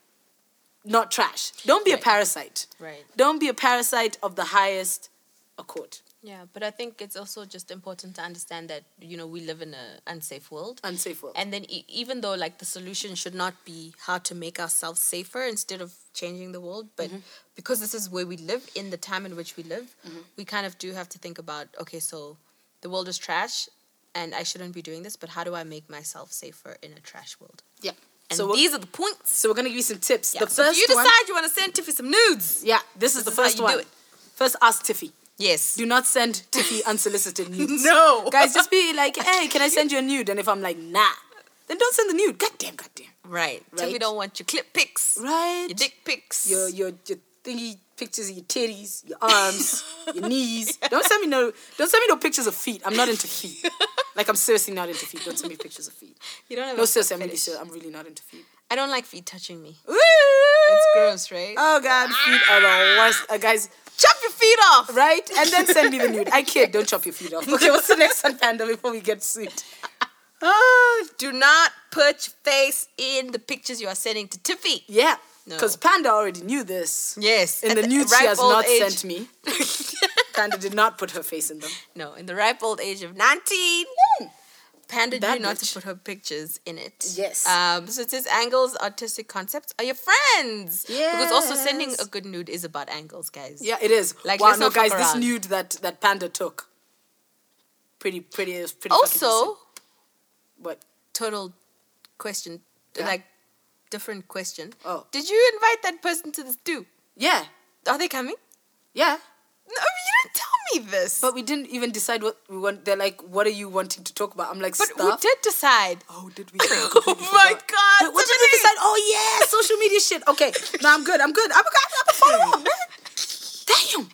S2: not trash don't be a
S1: Right.
S2: parasite
S1: Right.
S2: don't be a parasite of the highest accord
S1: Yeah, but I think it's also just important to understand that, you know, we live in an unsafe world.
S2: unsafe world
S1: And then, e- even though like the solution should not be how to make ourselves safer instead of changing the world, but
S2: Mm-hmm.
S1: because this is where we live in the time in which we live,
S2: Mm-hmm.
S1: we kind of do have to think about okay, so the world is trash, and I shouldn't be doing this, but how do I make myself safer in a trash world?
S2: yeah
S1: And
S2: so we're,
S1: these are the points.
S2: so we're gonna give you some tips
S1: Yeah.
S2: the
S1: so if
S2: first
S1: you decide
S2: one
S1: you want to send Tiffy some nudes,
S2: yeah this is the
S1: is how
S2: first
S1: you do
S2: one
S1: it.
S2: first ask tiffy
S1: yes,
S2: do not send tiffy unsolicited nudes
S1: no,
S2: guys just be like hey can i send you a nude and if i'm like nah then don't send the nude god damn god damn
S1: right?
S2: Right.
S1: Tiffy don't want your clip pics,
S2: right
S1: your dick pics,
S2: your your, your thingy pictures of your titties your arms your knees don't send me no don't send me no pictures of feet i'm not into feet like i'm seriously not into feet don't send me pictures of feet
S1: You don't have
S2: no
S1: a
S2: seriously i'm really
S1: fetish.
S2: sure i'm really not into feet
S1: I don't like feet touching me.
S2: it's
S1: It's gross, right?
S2: oh god feet are the worst uh, guys
S1: Chop your feet off.
S2: right and then send me the nude i kid don't chop your feet off okay what's the next one panda before we get sued
S1: Ah, do not put your face in the pictures you are sending to Tiffy.
S2: yeah
S1: No.
S2: because panda already knew this
S1: Yes.
S2: in
S1: at
S2: the nude she
S1: ripe
S2: has
S1: old
S2: not
S1: age-
S2: sent me. Panda did not put her face in them.
S1: No, in the ripe old age of 19. Panda
S2: That
S1: knew not to
S2: bitch.
S1: put her pictures in it.
S2: Yes.
S1: Um, so it says angles, artistic concepts are your friends. Because also sending
S2: Yes.
S1: a good nude is about angles, guys.
S2: Yeah, it is.
S1: Like,
S2: Like, wow,
S1: let's
S2: no,
S1: not fuck
S2: guys, this
S1: around.
S2: nude that that Panda took, pretty, pretty, it was pretty. fucking decent.
S1: Also,
S2: what?
S1: total question,
S2: Yeah.
S1: like different question.
S2: Oh.
S1: Did you invite that person to this do?
S2: Yeah,
S1: Are they coming?
S2: yeah.
S1: No, you didn't tell me this.
S2: But we didn't even decide what we want. They're like, what are you wanting to talk about? I'm like,
S1: But we
S2: stuff.
S1: did decide.
S2: Oh, did we?
S1: Oh my God,
S2: Wait, what did
S1: Tiffany!
S2: we decide? Oh yeah, social media shit. Okay, no, I'm good. I'm good. I'm good. I'm a follow. Damn.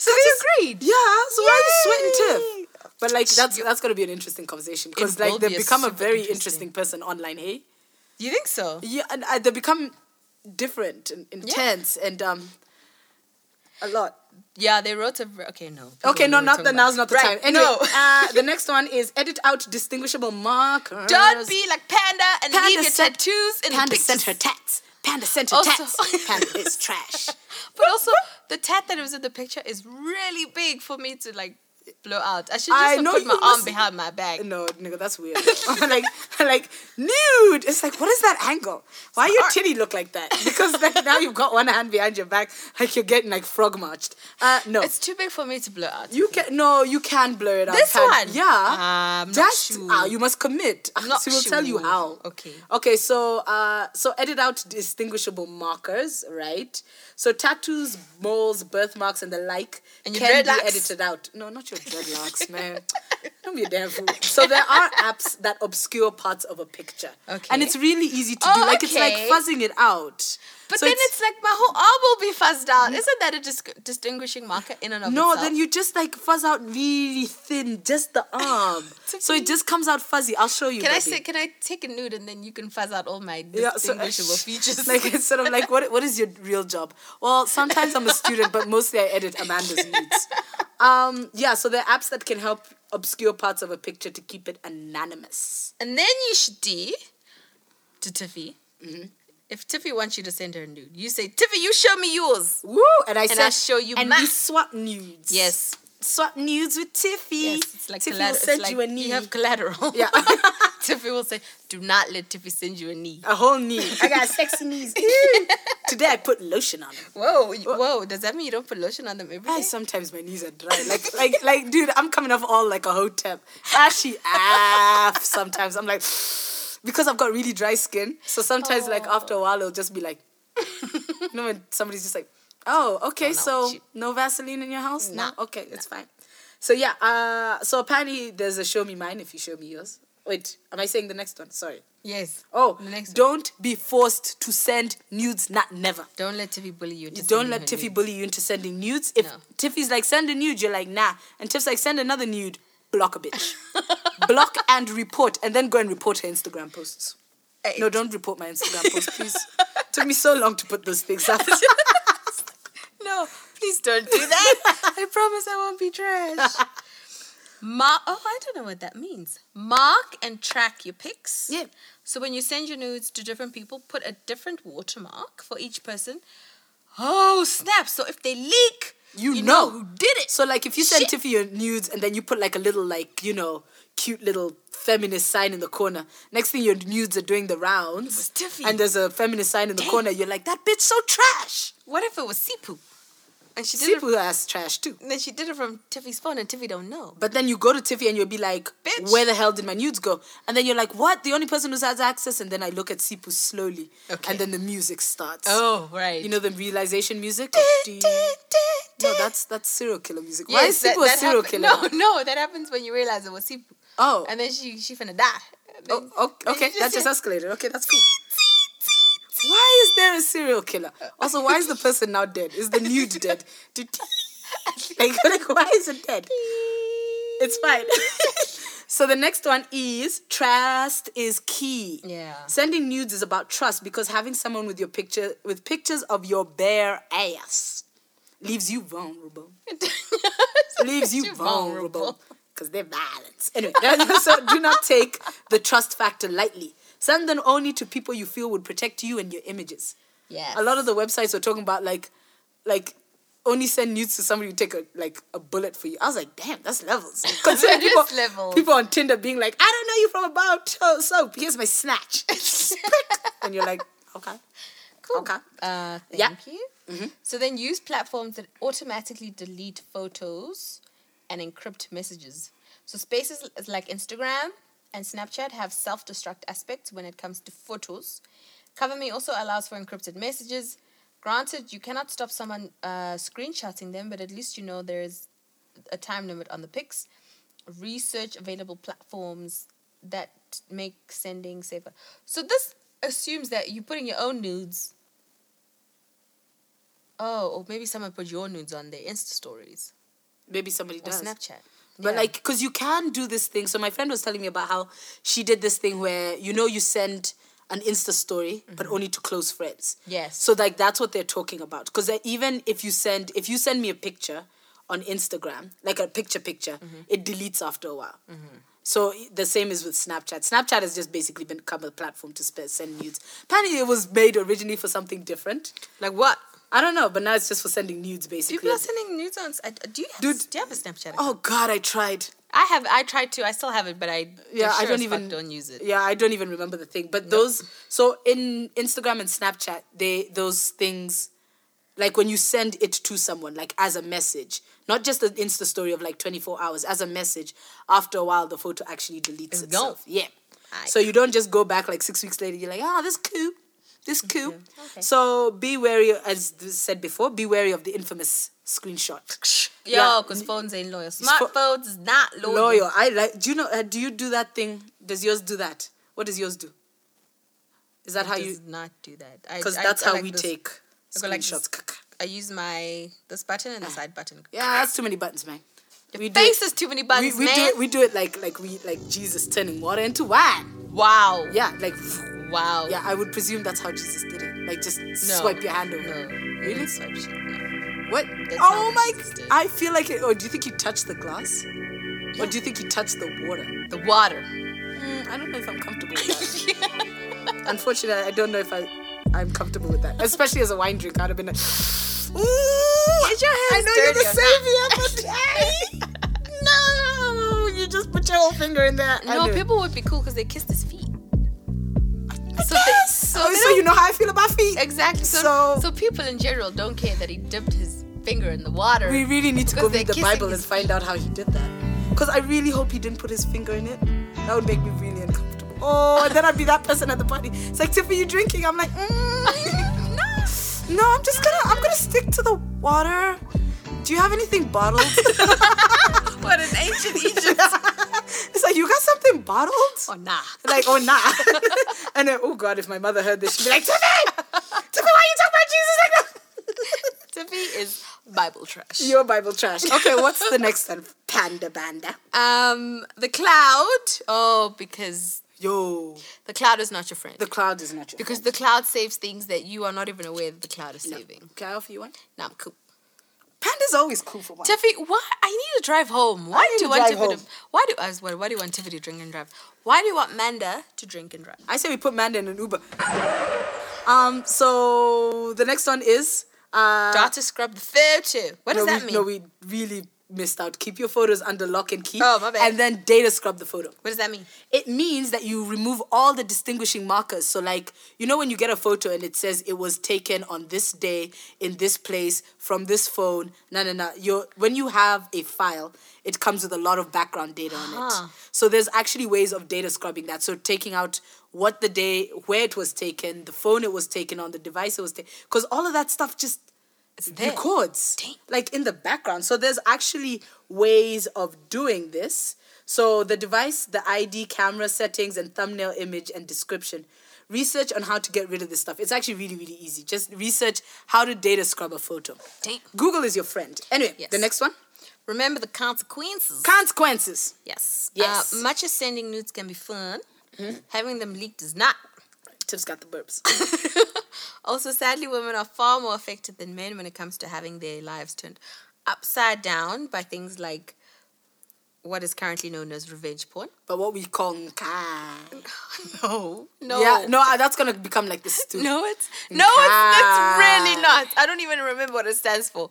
S1: So they agreed.
S2: Yeah. So why are you sweating, Tiff? But But like that's that's gonna be an interesting conversation because
S1: It
S2: like
S1: will
S2: they
S1: be a
S2: become a
S1: super
S2: very interesting.
S1: interesting-
S2: person online. Hey,
S1: You think so?
S2: yeah, and uh, they become different and intense and um a lot.
S1: Yeah, they wrote a. Okay, no. People
S2: Okay, no,
S1: know what we're
S2: not the
S1: talking
S2: now's
S1: about.
S2: not the time.
S1: Right,
S2: Anyway,
S1: no.
S2: uh, the next one is edit out distinguishable markers.
S1: Don't be like Panda and
S2: Panda
S1: leave your
S2: sent-
S1: tattoos in
S2: Panda
S1: the
S2: sent her
S1: pictures.
S2: tats. Panda sent her
S1: Also-
S2: tats. Panda is trash.
S1: But also, the tat that was in the picture is really big for me to like blow out. I should just have
S2: I know
S1: put
S2: you
S1: my arm
S2: must-
S1: behind my back.
S2: No, nigga, that's weird. like, like nude. It's like, what is that angle? Why your
S1: Or-
S2: titty look like that? Because like now you've got one hand behind your back, like you're getting like frog marched. Uh, no,
S1: It's too big for me to blow out.
S2: you can no, you can blur it out.
S1: This
S2: Pan-
S1: one?
S2: yeah.
S1: I'm not
S2: Just
S1: sure.
S2: ah, you must commit.
S1: I'm not
S2: she will tell you
S1: sure.
S2: how.
S1: Okay.
S2: Okay. So, uh, so edit out distinguishable markers, right? So tattoos, moles, birthmarks, and the like
S1: And your
S2: can
S1: dreadlocks?
S2: be edited out. No, not your dreadlocks, man. Don't be a damn fool. So there are apps that obscure parts of a picture.
S1: Okay.
S2: And it's really easy to
S1: Oh,
S2: do. Like it's like
S1: okay.
S2: fuzzing it out.
S1: But
S2: So
S1: then it's, like my whole arm will be fuzzed out. Isn't that a dis- distinguishing marker in and of
S2: No,
S1: itself?
S2: then you just like fuzz out really thin, just the arm.
S1: It's
S2: so it just comes out fuzzy. I'll show you.
S1: Can I
S2: baby.
S1: say? Can I take a nude and then you can fuzz out all my
S2: Yeah, so-
S1: distinguishable features?
S2: Like instead of like what what is your real job? Well, sometimes I'm a student, but mostly I edit Amanda's nudes. Um, yeah, so there are apps that can help obscure parts of a picture to keep it anonymous.
S1: And then you should D to Tiffy.
S2: Mm-hmm.
S1: If Tiffy wants you to send her a nude, you say, Tiffy, you show me yours.
S2: Woo! And I
S1: And
S2: say-
S1: I show you
S2: and
S1: ma-
S2: we swap nudes.
S1: Yes.
S2: swap nudes with Tiffy.
S1: Yes, it's like
S2: Tiffy
S1: collateral.
S2: will
S1: it's
S2: send
S1: like
S2: you a knee.
S1: have collateral.
S2: Yeah.
S1: Tiffy will say, "Do not let Tiffy send you a knee."
S2: a whole knee. I got sexy knees. Ew. Today I put lotion on them.
S1: Whoa, y- whoa! Does that mean you don't put lotion on them every
S2: Guys,
S1: day?
S2: sometimes my knees are dry. Like, like, like, dude, I'm coming off all like a hotep. Ashy af. Sometimes I'm like, because I've got really dry skin. So sometimes, like, after a while, it'll just be like, you know, when somebody's just like, oh, okay, so
S1: she-
S2: no Vaseline in your house? No.
S1: Nah,
S2: Okay, it's fine. So, yeah, uh, so apparently there's a show me mine if you show me yours. Wait, am I saying the next one? Sorry.
S1: Yes.
S2: Oh,
S1: The next one.
S2: don't be forced to send nudes, not never.
S1: Don't let Tiffy bully you. into
S2: You don't
S1: sending
S2: let
S1: her
S2: Tiffy
S1: nudes.
S2: bully you into sending nudes. If
S1: No.
S2: Tiffy's like, send a nude, you're like, nah. And Tiff's like, send another nude, block a bitch. block and report, and then go and report her Instagram posts.
S1: Hey.
S2: No, don't report my Instagram posts, please. Took me so long to put those things up.
S1: No, please don't do that. I promise I won't be trash. Mark. Oh, I don't know what that means. Mark and track your pics.
S2: Yeah.
S1: So when you send your nudes to different people, put a different watermark for each person. Oh snap! So if they leak,
S2: You know.
S1: who did it.
S2: so, like, if you send
S1: Shit.
S2: Tiffy your nudes and then you put like a little, like, you know, cute little feminist sign in the corner, next thing your nudes are doing the rounds,
S1: It was Tiffy.
S2: and there's a feminist sign in the
S1: Damn.
S2: corner, you're like, that bitch so trash.
S1: what if it was Sipu, and she did
S2: People ass trash too.
S1: it? Then she did it from Tiffy's phone, and Tiffy don't know.
S2: But then you go to Tiffy and you'll be like,
S1: Bitch.
S2: where the hell did my nudes go? And then you're like, what? The only person who has access? And then I look at Sipu slowly.
S1: Okay.
S2: And then the music starts.
S1: Oh right.
S2: You know the realization music?
S1: Dun,
S2: Dee.
S1: dun, dun,
S2: No,
S1: dun.
S2: that's that's serial killer music. Why is
S1: Yes, that-
S2: Sipu a
S1: that
S2: serial
S1: happen-
S2: killer?
S1: No, no, that happens when you realize it was Sipu.
S2: Oh.
S1: And then she she finna die. And then-
S2: Oh, okay,
S1: then
S2: okay.
S1: you
S2: that just
S1: hear,
S2: escalated. Okay, that's cool. Why is there a serial killer? Also, why is the person now dead? Is the nude dead? Did- like, like, why is it dead? It's fine. so the next one is trust is key.
S1: Yeah.
S2: Sending nudes is about trust because having someone with your picture with pictures of your bare ass leaves you vulnerable. leaves you
S1: Too
S2: vulnerable because they're violent. Anyway, so do not take the trust factor lightly. Send them only to people you feel would protect you and your images.
S1: Yes.
S2: A lot of the websites were talking about like, like only send nudes to somebody who take a like a bullet for you. I was like, damn, that's levels. Considering
S1: That
S2: people,
S1: is levels.
S2: people on Tinder being like, I don't know you from about so so here's my snatch, and you're like, okay,
S1: Cool.
S2: Okay.
S1: Uh, thank
S2: Yeah. Mm-hmm.
S1: you. So then use platforms that automatically delete photos and encrypt messages. So spaces l- like Instagram and Snapchat have self-destruct aspects when it comes to photos. CoverMe also allows for encrypted messages. Granted, you cannot stop someone uh, screenshotting them, but at least you know there is a time limit on the pics. Research available platforms that make sending safer. So this assumes that you're putting your own nudes. Oh, or maybe someone put your nudes on their Insta stories
S2: maybe somebody
S1: or
S2: does.
S1: Snapchat.
S2: But
S1: Yeah.
S2: like, because you can do this thing. So my friend was telling me about how she did this thing where you know you send an Insta story, but only to close friends.
S1: Yes.
S2: So like that's what they're talking about. Because even if you send if you send me a picture on Instagram, like a picture picture, it deletes after a while. So the same is with Snapchat. Snapchat has just basically become a platform to sp- send nudes. Apparently, it was made originally for something different.
S1: Like what?
S2: I don't know, but now it's just for sending nudes basically.
S1: People are sending nudes on. I- uh, Do you have,
S2: Dude.
S1: do you have a Snapchat? account?
S2: oh God, I tried.
S1: I have. I tried to. I still have it, but I
S2: yeah,
S1: sure
S2: I don't
S1: as fuck
S2: even
S1: don't use it.
S2: Yeah, I don't even remember the thing. But those so in Instagram and Snapchat, they those things like when you send it to someone, like as a message, not just an Insta story of like twenty four hours, as a message. After a while, the photo actually deletes
S1: It's
S2: itself. Yeah,
S1: Aye.
S2: so you don't just go back like six weeks later. You're like, ah, this cool, this cool.
S1: Okay.
S2: So be wary, as said before, be wary of the infamous screenshot.
S1: Yo, because phones ain't loyal.
S2: pho-
S1: Smartphones is not loyal.
S2: loyal. I like. Do you know? Uh, do you do that thing? Does yours do that? What does yours do? Is that
S1: It
S2: how
S1: does
S2: you?
S1: not do that.
S2: Because that's how we
S1: take.
S2: take
S1: I go like this.
S2: screenshots.
S1: I use my this button and the side button.
S2: yeah, that's too many buttons, man. we do.
S1: Face is too many
S2: We,
S1: buttons,
S2: we
S1: man.
S2: do it. We do it like like we like Jesus turning water into wine.
S1: wow.
S2: Yeah, like
S1: Wow.
S2: yeah. I would presume that's how Jesus did it. Like just
S1: No.
S2: swipe your hand over.
S1: No.
S2: Really?
S1: Really? Swipe shit. No.
S2: What?
S1: how
S2: oh
S1: it
S2: my!
S1: is done.
S2: I feel like it. Or do you think you touched the glass? Or do you think you touched the water?
S1: The water.
S2: Mm, I don't know if I'm comfortable with that. Unfortunately, I don't know if I, I'm comfortable with that. Especially as a wine drinker, I'd have been like, ooh,
S1: Is your
S2: I
S1: hands
S2: know you're
S1: dirty or
S2: the savior, but hey, no, you just put your whole finger in there.
S1: No,
S2: Anyway.
S1: people would be cool because they kissed his feet.
S2: I
S1: so they-
S2: guess.
S1: so
S2: Oh,
S1: they
S2: so
S1: don't-
S2: you know how I feel about feet.
S1: Exactly. So,
S2: So-
S1: so people in general don't care that he dipped his finger in the water.
S2: We really need to go
S1: Because they're
S2: read the
S1: kissing
S2: Bible and
S1: his
S2: find out how he did that. Because I really hope he didn't put his finger in it. That would make me really uncomfortable. Oh, and then I'd be that person at the party. It's like, Tiffany, you drinking? I'm like, mm, no, no, I'm just gonna, I'm gonna stick to the water. Do you have anything bottled?
S1: what an ancient Egypt.
S2: it's like, you got something bottled?
S1: oh nah.
S2: Like, oh nah. and then, oh god, if my mother heard this, she'd be like, Tiffany, Tiffany, why you talking about Jesus like that?
S1: Tiffy is Bible trash.
S2: Your Bible trash. Okay, what's the next one? Panda Banda.
S1: Um, the cloud. Oh, because
S2: Yo,
S1: the cloud is not your friend.
S2: the cloud is Oh. not your
S1: because the cloud saves things that you are not even aware that the cloud is saving.
S2: Can I offer you one?
S1: Now I'm cool.
S2: Panda's always cool for one.
S1: Tiffy, why I need to drive home. Why
S2: need
S1: do you
S2: to
S1: want
S2: drive
S1: Tiffy to,
S2: home.
S1: why do as well, why do you want Tiffy to drink and drive? Why do you want Manda to drink and drive?
S2: I say we put Manda in an Uber. Um, so the next one is uh
S1: Data scrub the fair too. What does
S2: no,
S1: that
S2: we,
S1: mean?
S2: No, we really missed out. Keep your photos under lock and key.
S1: Oh, my bad.
S2: And then data scrub the photo.
S1: what does that mean?
S2: It means that you remove all the distinguishing markers. So, like, you know, when you get a photo and it says it was taken on this day, in this place, from this phone, no, no, no. You're, when you have a file, it comes with a lot of background data on
S1: Ah.
S2: it. So, there's actually ways of data scrubbing that. So, taking out what the day, where it was taken, the phone it was taken on, the device it was taken, because all of that stuff just
S1: It's there.
S2: records
S1: Dang.
S2: like in the background so there's actually ways of doing this so the device the id camera settings and thumbnail image and description research on how to get rid of this stuff it's actually really really easy just research how to data scrub a photo
S1: Dang.
S2: google is your friend anyway
S1: Yes.
S2: the next one
S1: Remember the consequences.
S2: consequences
S1: yes.
S2: Yes.
S1: Uh,
S2: Mm-hmm.
S1: much as sending nudes can be fun, having them leaked is not.
S2: tips got the burps
S1: Also, sadly, women are far more affected than men when it comes to having their lives turned upside down by things like what is currently known as revenge porn.
S2: but what we call nka.
S1: No, no,
S2: yeah no I- that's gonna become like this too
S1: no. It's no, it's
S2: Nkai.
S1: it's really not. I don't even remember what it stands for.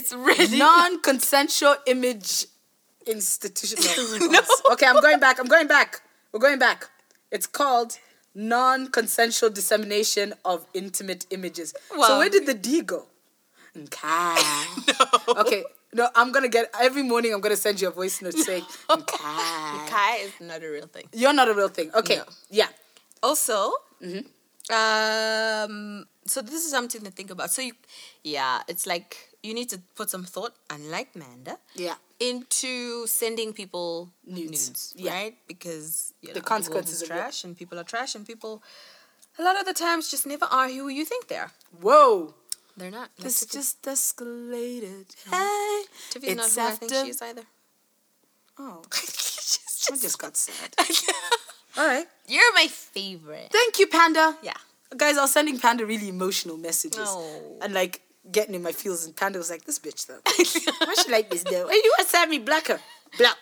S1: It's really not.
S2: non-consensual image institutional.
S1: No.
S2: Okay, I'm going back. I'm going back. We're going back. It's called non-consensual dissemination of intimate images. so
S1: Wow.
S2: where did the D go? Nkai. Okay. No, I'm gonna get every morning. I'm gonna send you a voice note saying Nkai.
S1: Kai is not a real thing.
S2: You're not a real thing. Okay.
S1: No.
S2: Yeah.
S1: Also, Mm-hmm. um, so this is something to think about. So you, yeah, it's like you need to put some thought, unlike Manda,
S2: Yeah.
S1: into sending people
S2: Nudes.
S1: nudes,
S2: Yeah.
S1: right? Because you know, the
S2: consequences
S1: consequences
S2: of it.
S1: is trash, and people are trash, and people a lot of the times just never are who you think they are.
S2: Whoa.
S1: They're not. Like,
S2: This
S1: Tiffy-
S2: just escalated. Hey.
S1: Tiffy's not who I think she is either.
S2: Oh,
S1: Just-
S2: I just got sad. All right.
S1: You're my favorite.
S2: Thank you, Panda.
S1: Yeah.
S2: Guys, I was sending Panda really emotional messages.
S1: Oh.
S2: And like getting in my feels, and Panda was like, this bitch though. Why she like this though? Hey, you are me blacker. Black.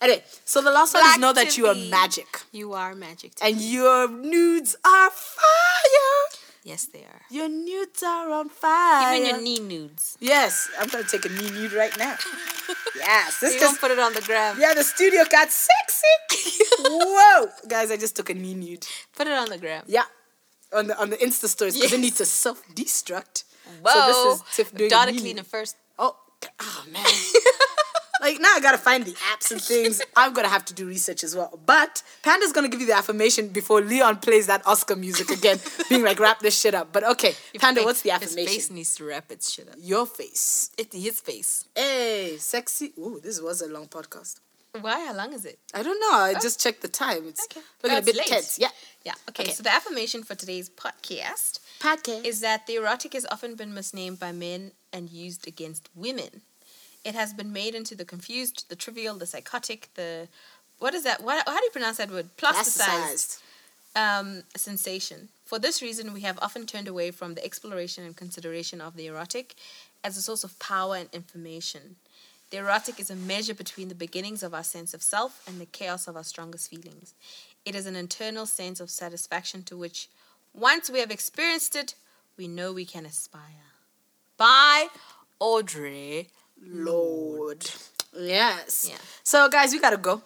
S2: anyway, so the last one
S1: Black
S2: is know that
S1: to
S2: you are
S1: me.
S2: magic.
S1: You are magic. To
S2: And your nudes are fire.
S1: Yes, they are.
S2: Your nudes are on fire.
S1: Even your knee nudes.
S2: yes, I'm gonna take a knee nude right now. yes, this
S1: You
S2: just
S1: don't put it on the gram.
S2: yeah, the studio got sexy. Whoa, guys, I just took a knee nude.
S1: Put it on the gram.
S2: Yeah. On the on the Insta stories because it
S1: Yes.
S2: needs to self destruct.
S1: Whoa.
S2: Tiff doing
S1: Daughter
S2: a knee
S1: cleaner
S2: nude.
S1: first.
S2: Oh, g- oh man. like now I gotta find the apps and things. I'm gonna have to do research as well. But Panda's gonna give you the affirmation before Leon plays that Oscar music again, being like wrap this shit up. But okay, Panda,
S1: His
S2: what's the
S1: face-
S2: affirmation?
S1: His face needs to wrap its shit up.
S2: Your face.
S1: It, his face.
S2: Hey, sexy. Ooh, this was a long podcast.
S1: Why? How long is it?
S2: I don't know. I just checked the time. It's
S1: Oh. Okay.
S2: looking
S1: Oh,
S2: a
S1: it's
S2: bit
S1: late.
S2: tense. Yeah.
S1: Yeah. Okay,
S2: Okay.
S1: So the affirmation for today's podcast
S2: Podcast.
S1: is that the erotic has often been misnamed by men and used against women. It has been made into the confused, the trivial, the psychotic, the what is that? What, how do you pronounce that word? Plasticized
S2: Plasticized.
S1: um, sensation. For this reason, we have often turned away from the exploration and consideration of the erotic as a source of power and information. The erotic is a measure between the beginnings of our sense of self and the chaos of our strongest feelings. It is an internal sense of satisfaction to which, once we have experienced it, we know we can aspire. By Audrey.
S2: Lord. Yes.
S1: Yeah.
S2: So guys, we gotta go.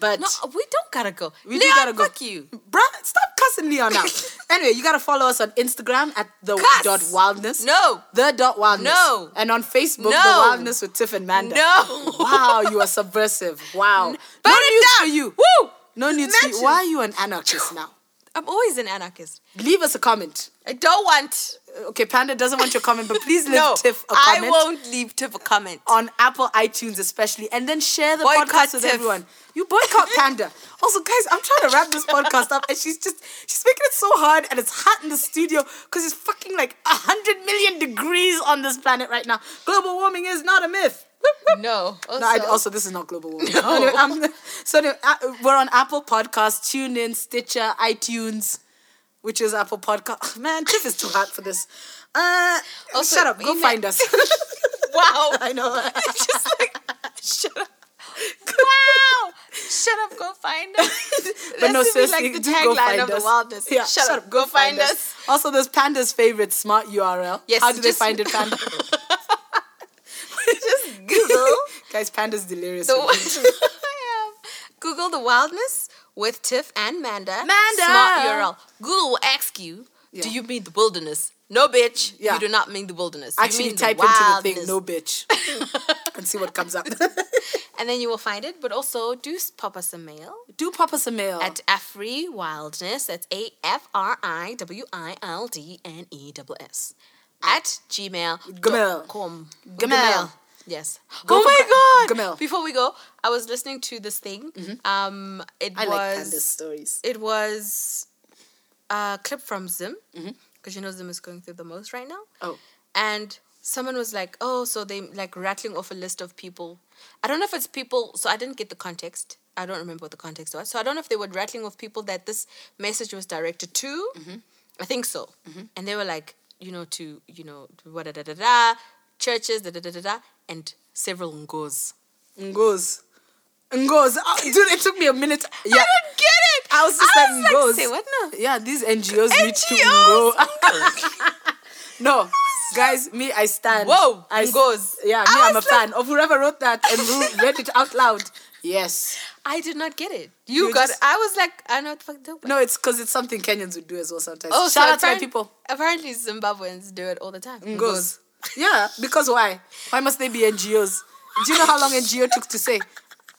S2: But
S1: No, we don't gotta go.
S2: We do
S1: Leon,
S2: gotta go.
S1: fuck you.
S2: Bruh, stop cussing Leon out. anyway, you gotta follow us on Instagram at the
S1: Cuss.
S2: dot wildness.
S1: No.
S2: The dot wildness.
S1: No.
S2: And on Facebook, the
S1: No.
S2: wildness with Tiff and Manda.
S1: No.
S2: Wow, you are subversive. Wow.
S1: Burn
S2: no
S1: it
S2: news
S1: down.
S2: for you.
S1: Woo!
S2: No news for you.
S1: Matches.
S2: Why are you an anarchist now?
S1: I'm always an anarchist.
S2: Leave us a comment.
S1: I don't want
S2: Okay, Panda doesn't want your comment, but please leave
S1: no,
S2: Tiff a
S1: I
S2: comment. Oh,
S1: won't leave Tiff a comment.
S2: on Apple iTunes especially, and then share the
S1: Boycott
S2: podcast with
S1: Tiff.
S2: everyone. You boycott Panda. also, guys, I'm trying to wrap this podcast up, and she's just she's making it so hard, and it's hot in the studio because it's fucking like hundred million degrees on this planet right now. Global warming is not a myth. Whoop, whoop.
S1: No. Also,
S2: No, I, also, this is not global warming.
S1: No.
S2: Anyway, um, so anyway, uh, we're on Apple Podcasts, TuneIn, Stitcher, iTunes, which is Apple Podcast. man, Tiff is too hot for this. Uh,
S1: Also,
S2: shut up. Go
S1: email-
S2: find us.
S1: wow.
S2: I know.
S1: Just like
S2: shut up.
S1: wow. Shut up, go find us.
S2: but no,
S1: should be
S2: seriously,
S1: like the
S2: do go
S1: tagline
S2: find
S1: of the
S2: us.
S1: wildness.
S2: Yeah,
S1: shut, up, go, find, us.
S2: Also, there's Panda's favorite smart URL.
S1: Yes,
S2: How do they
S1: just-
S2: find it, Panda?
S1: Just Google
S2: Guys, Panda's delirious.
S1: the
S2: with me.
S1: I am. Google the wildness with Tiff and Manda.
S2: Manda.
S1: Smart URL. Google will ask you,
S2: Yeah.
S1: do you mean the wilderness? No, bitch.
S2: Yeah.
S1: You do not mean the wilderness. You
S2: Actually,
S1: mean
S2: type
S1: the
S2: into the
S1: wildness.
S2: thing, no bitch, and see what comes up.
S1: And then you will find it. But also, do s- pop us a mail.
S2: do pop us a mail.
S1: at Afri Wildness. That's A F R I W I L D N E W S at
S2: Gmail.
S1: gmail.com.
S2: Gmail.
S1: Yes.
S2: Go
S1: oh
S2: for
S1: my
S2: Ga-
S1: god.
S2: Gmail. Mm-hmm.
S1: Before we go, I was listening to this thing. Um, it
S2: I like
S1: was
S2: Panda's stories.
S1: it was a clip from Zim because you know Zim is going through the most right now.
S2: Mm-hmm. Oh.
S1: And someone was like, "Oh, so they like rattling off a list of people." I don't know if it's people. So I didn't get the context. I don't remember what the context was. So I don't know if they were rattling off people that this message was directed to.
S2: Mm-hmm.
S1: I think so. And they were like, you know, to you know, what da da da da, churches da da da da da, and several ngos.
S2: Ngoz. Ngoz. Oh, dude, it took me a minute. Yeah.
S1: I didn't get it.
S2: I was just
S1: I was
S2: like,
S1: like,
S2: Ngoz.
S1: say what now?
S2: Yeah, these NGOs, need to
S1: NGOs.
S2: Ngo. no, guys, me, I stand.
S1: Whoa,
S2: I s-
S1: Ngoz.
S2: Yeah, me,
S1: I
S2: I'm a
S1: was like-
S2: fan of whoever wrote that and who read it out loud. Yes.
S1: I did not get it. You
S2: You
S1: got.
S2: just-
S1: it. I was like, I know what the fuck. the-
S2: No, it's because it's something Kenyans would do as well sometimes.
S1: Oh,
S2: Shout
S1: so
S2: out to my
S1: apparent-
S2: people. Mm,
S1: Apparently, Zimbabweans do it all the time.
S2: Ngoz. Yeah, because why? Why must they be NGOs? Do you know how long NGO took to say?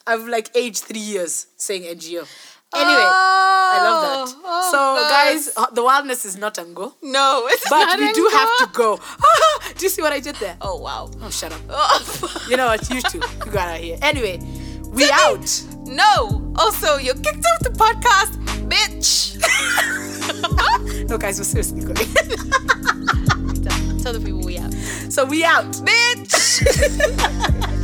S2: I've like aged three years saying NGO. Anyway, I love that.
S1: Oh,
S2: so,
S1: God.
S2: guys, uh, the wildness is not Ngo,
S1: No, it's
S2: but
S1: not
S2: we do have to
S1: Ngo.
S2: go. do you see what I did there?
S1: Oh wow.
S2: Oh, shut up.
S1: Oh,
S2: You know what? You two, you got out here. Anyway, we out.
S1: no. Also, you're kicked off the podcast, bitch.
S2: No, guys, we're seriously going.
S1: Tell- Tell the people we out,
S2: so we out.
S1: bitch.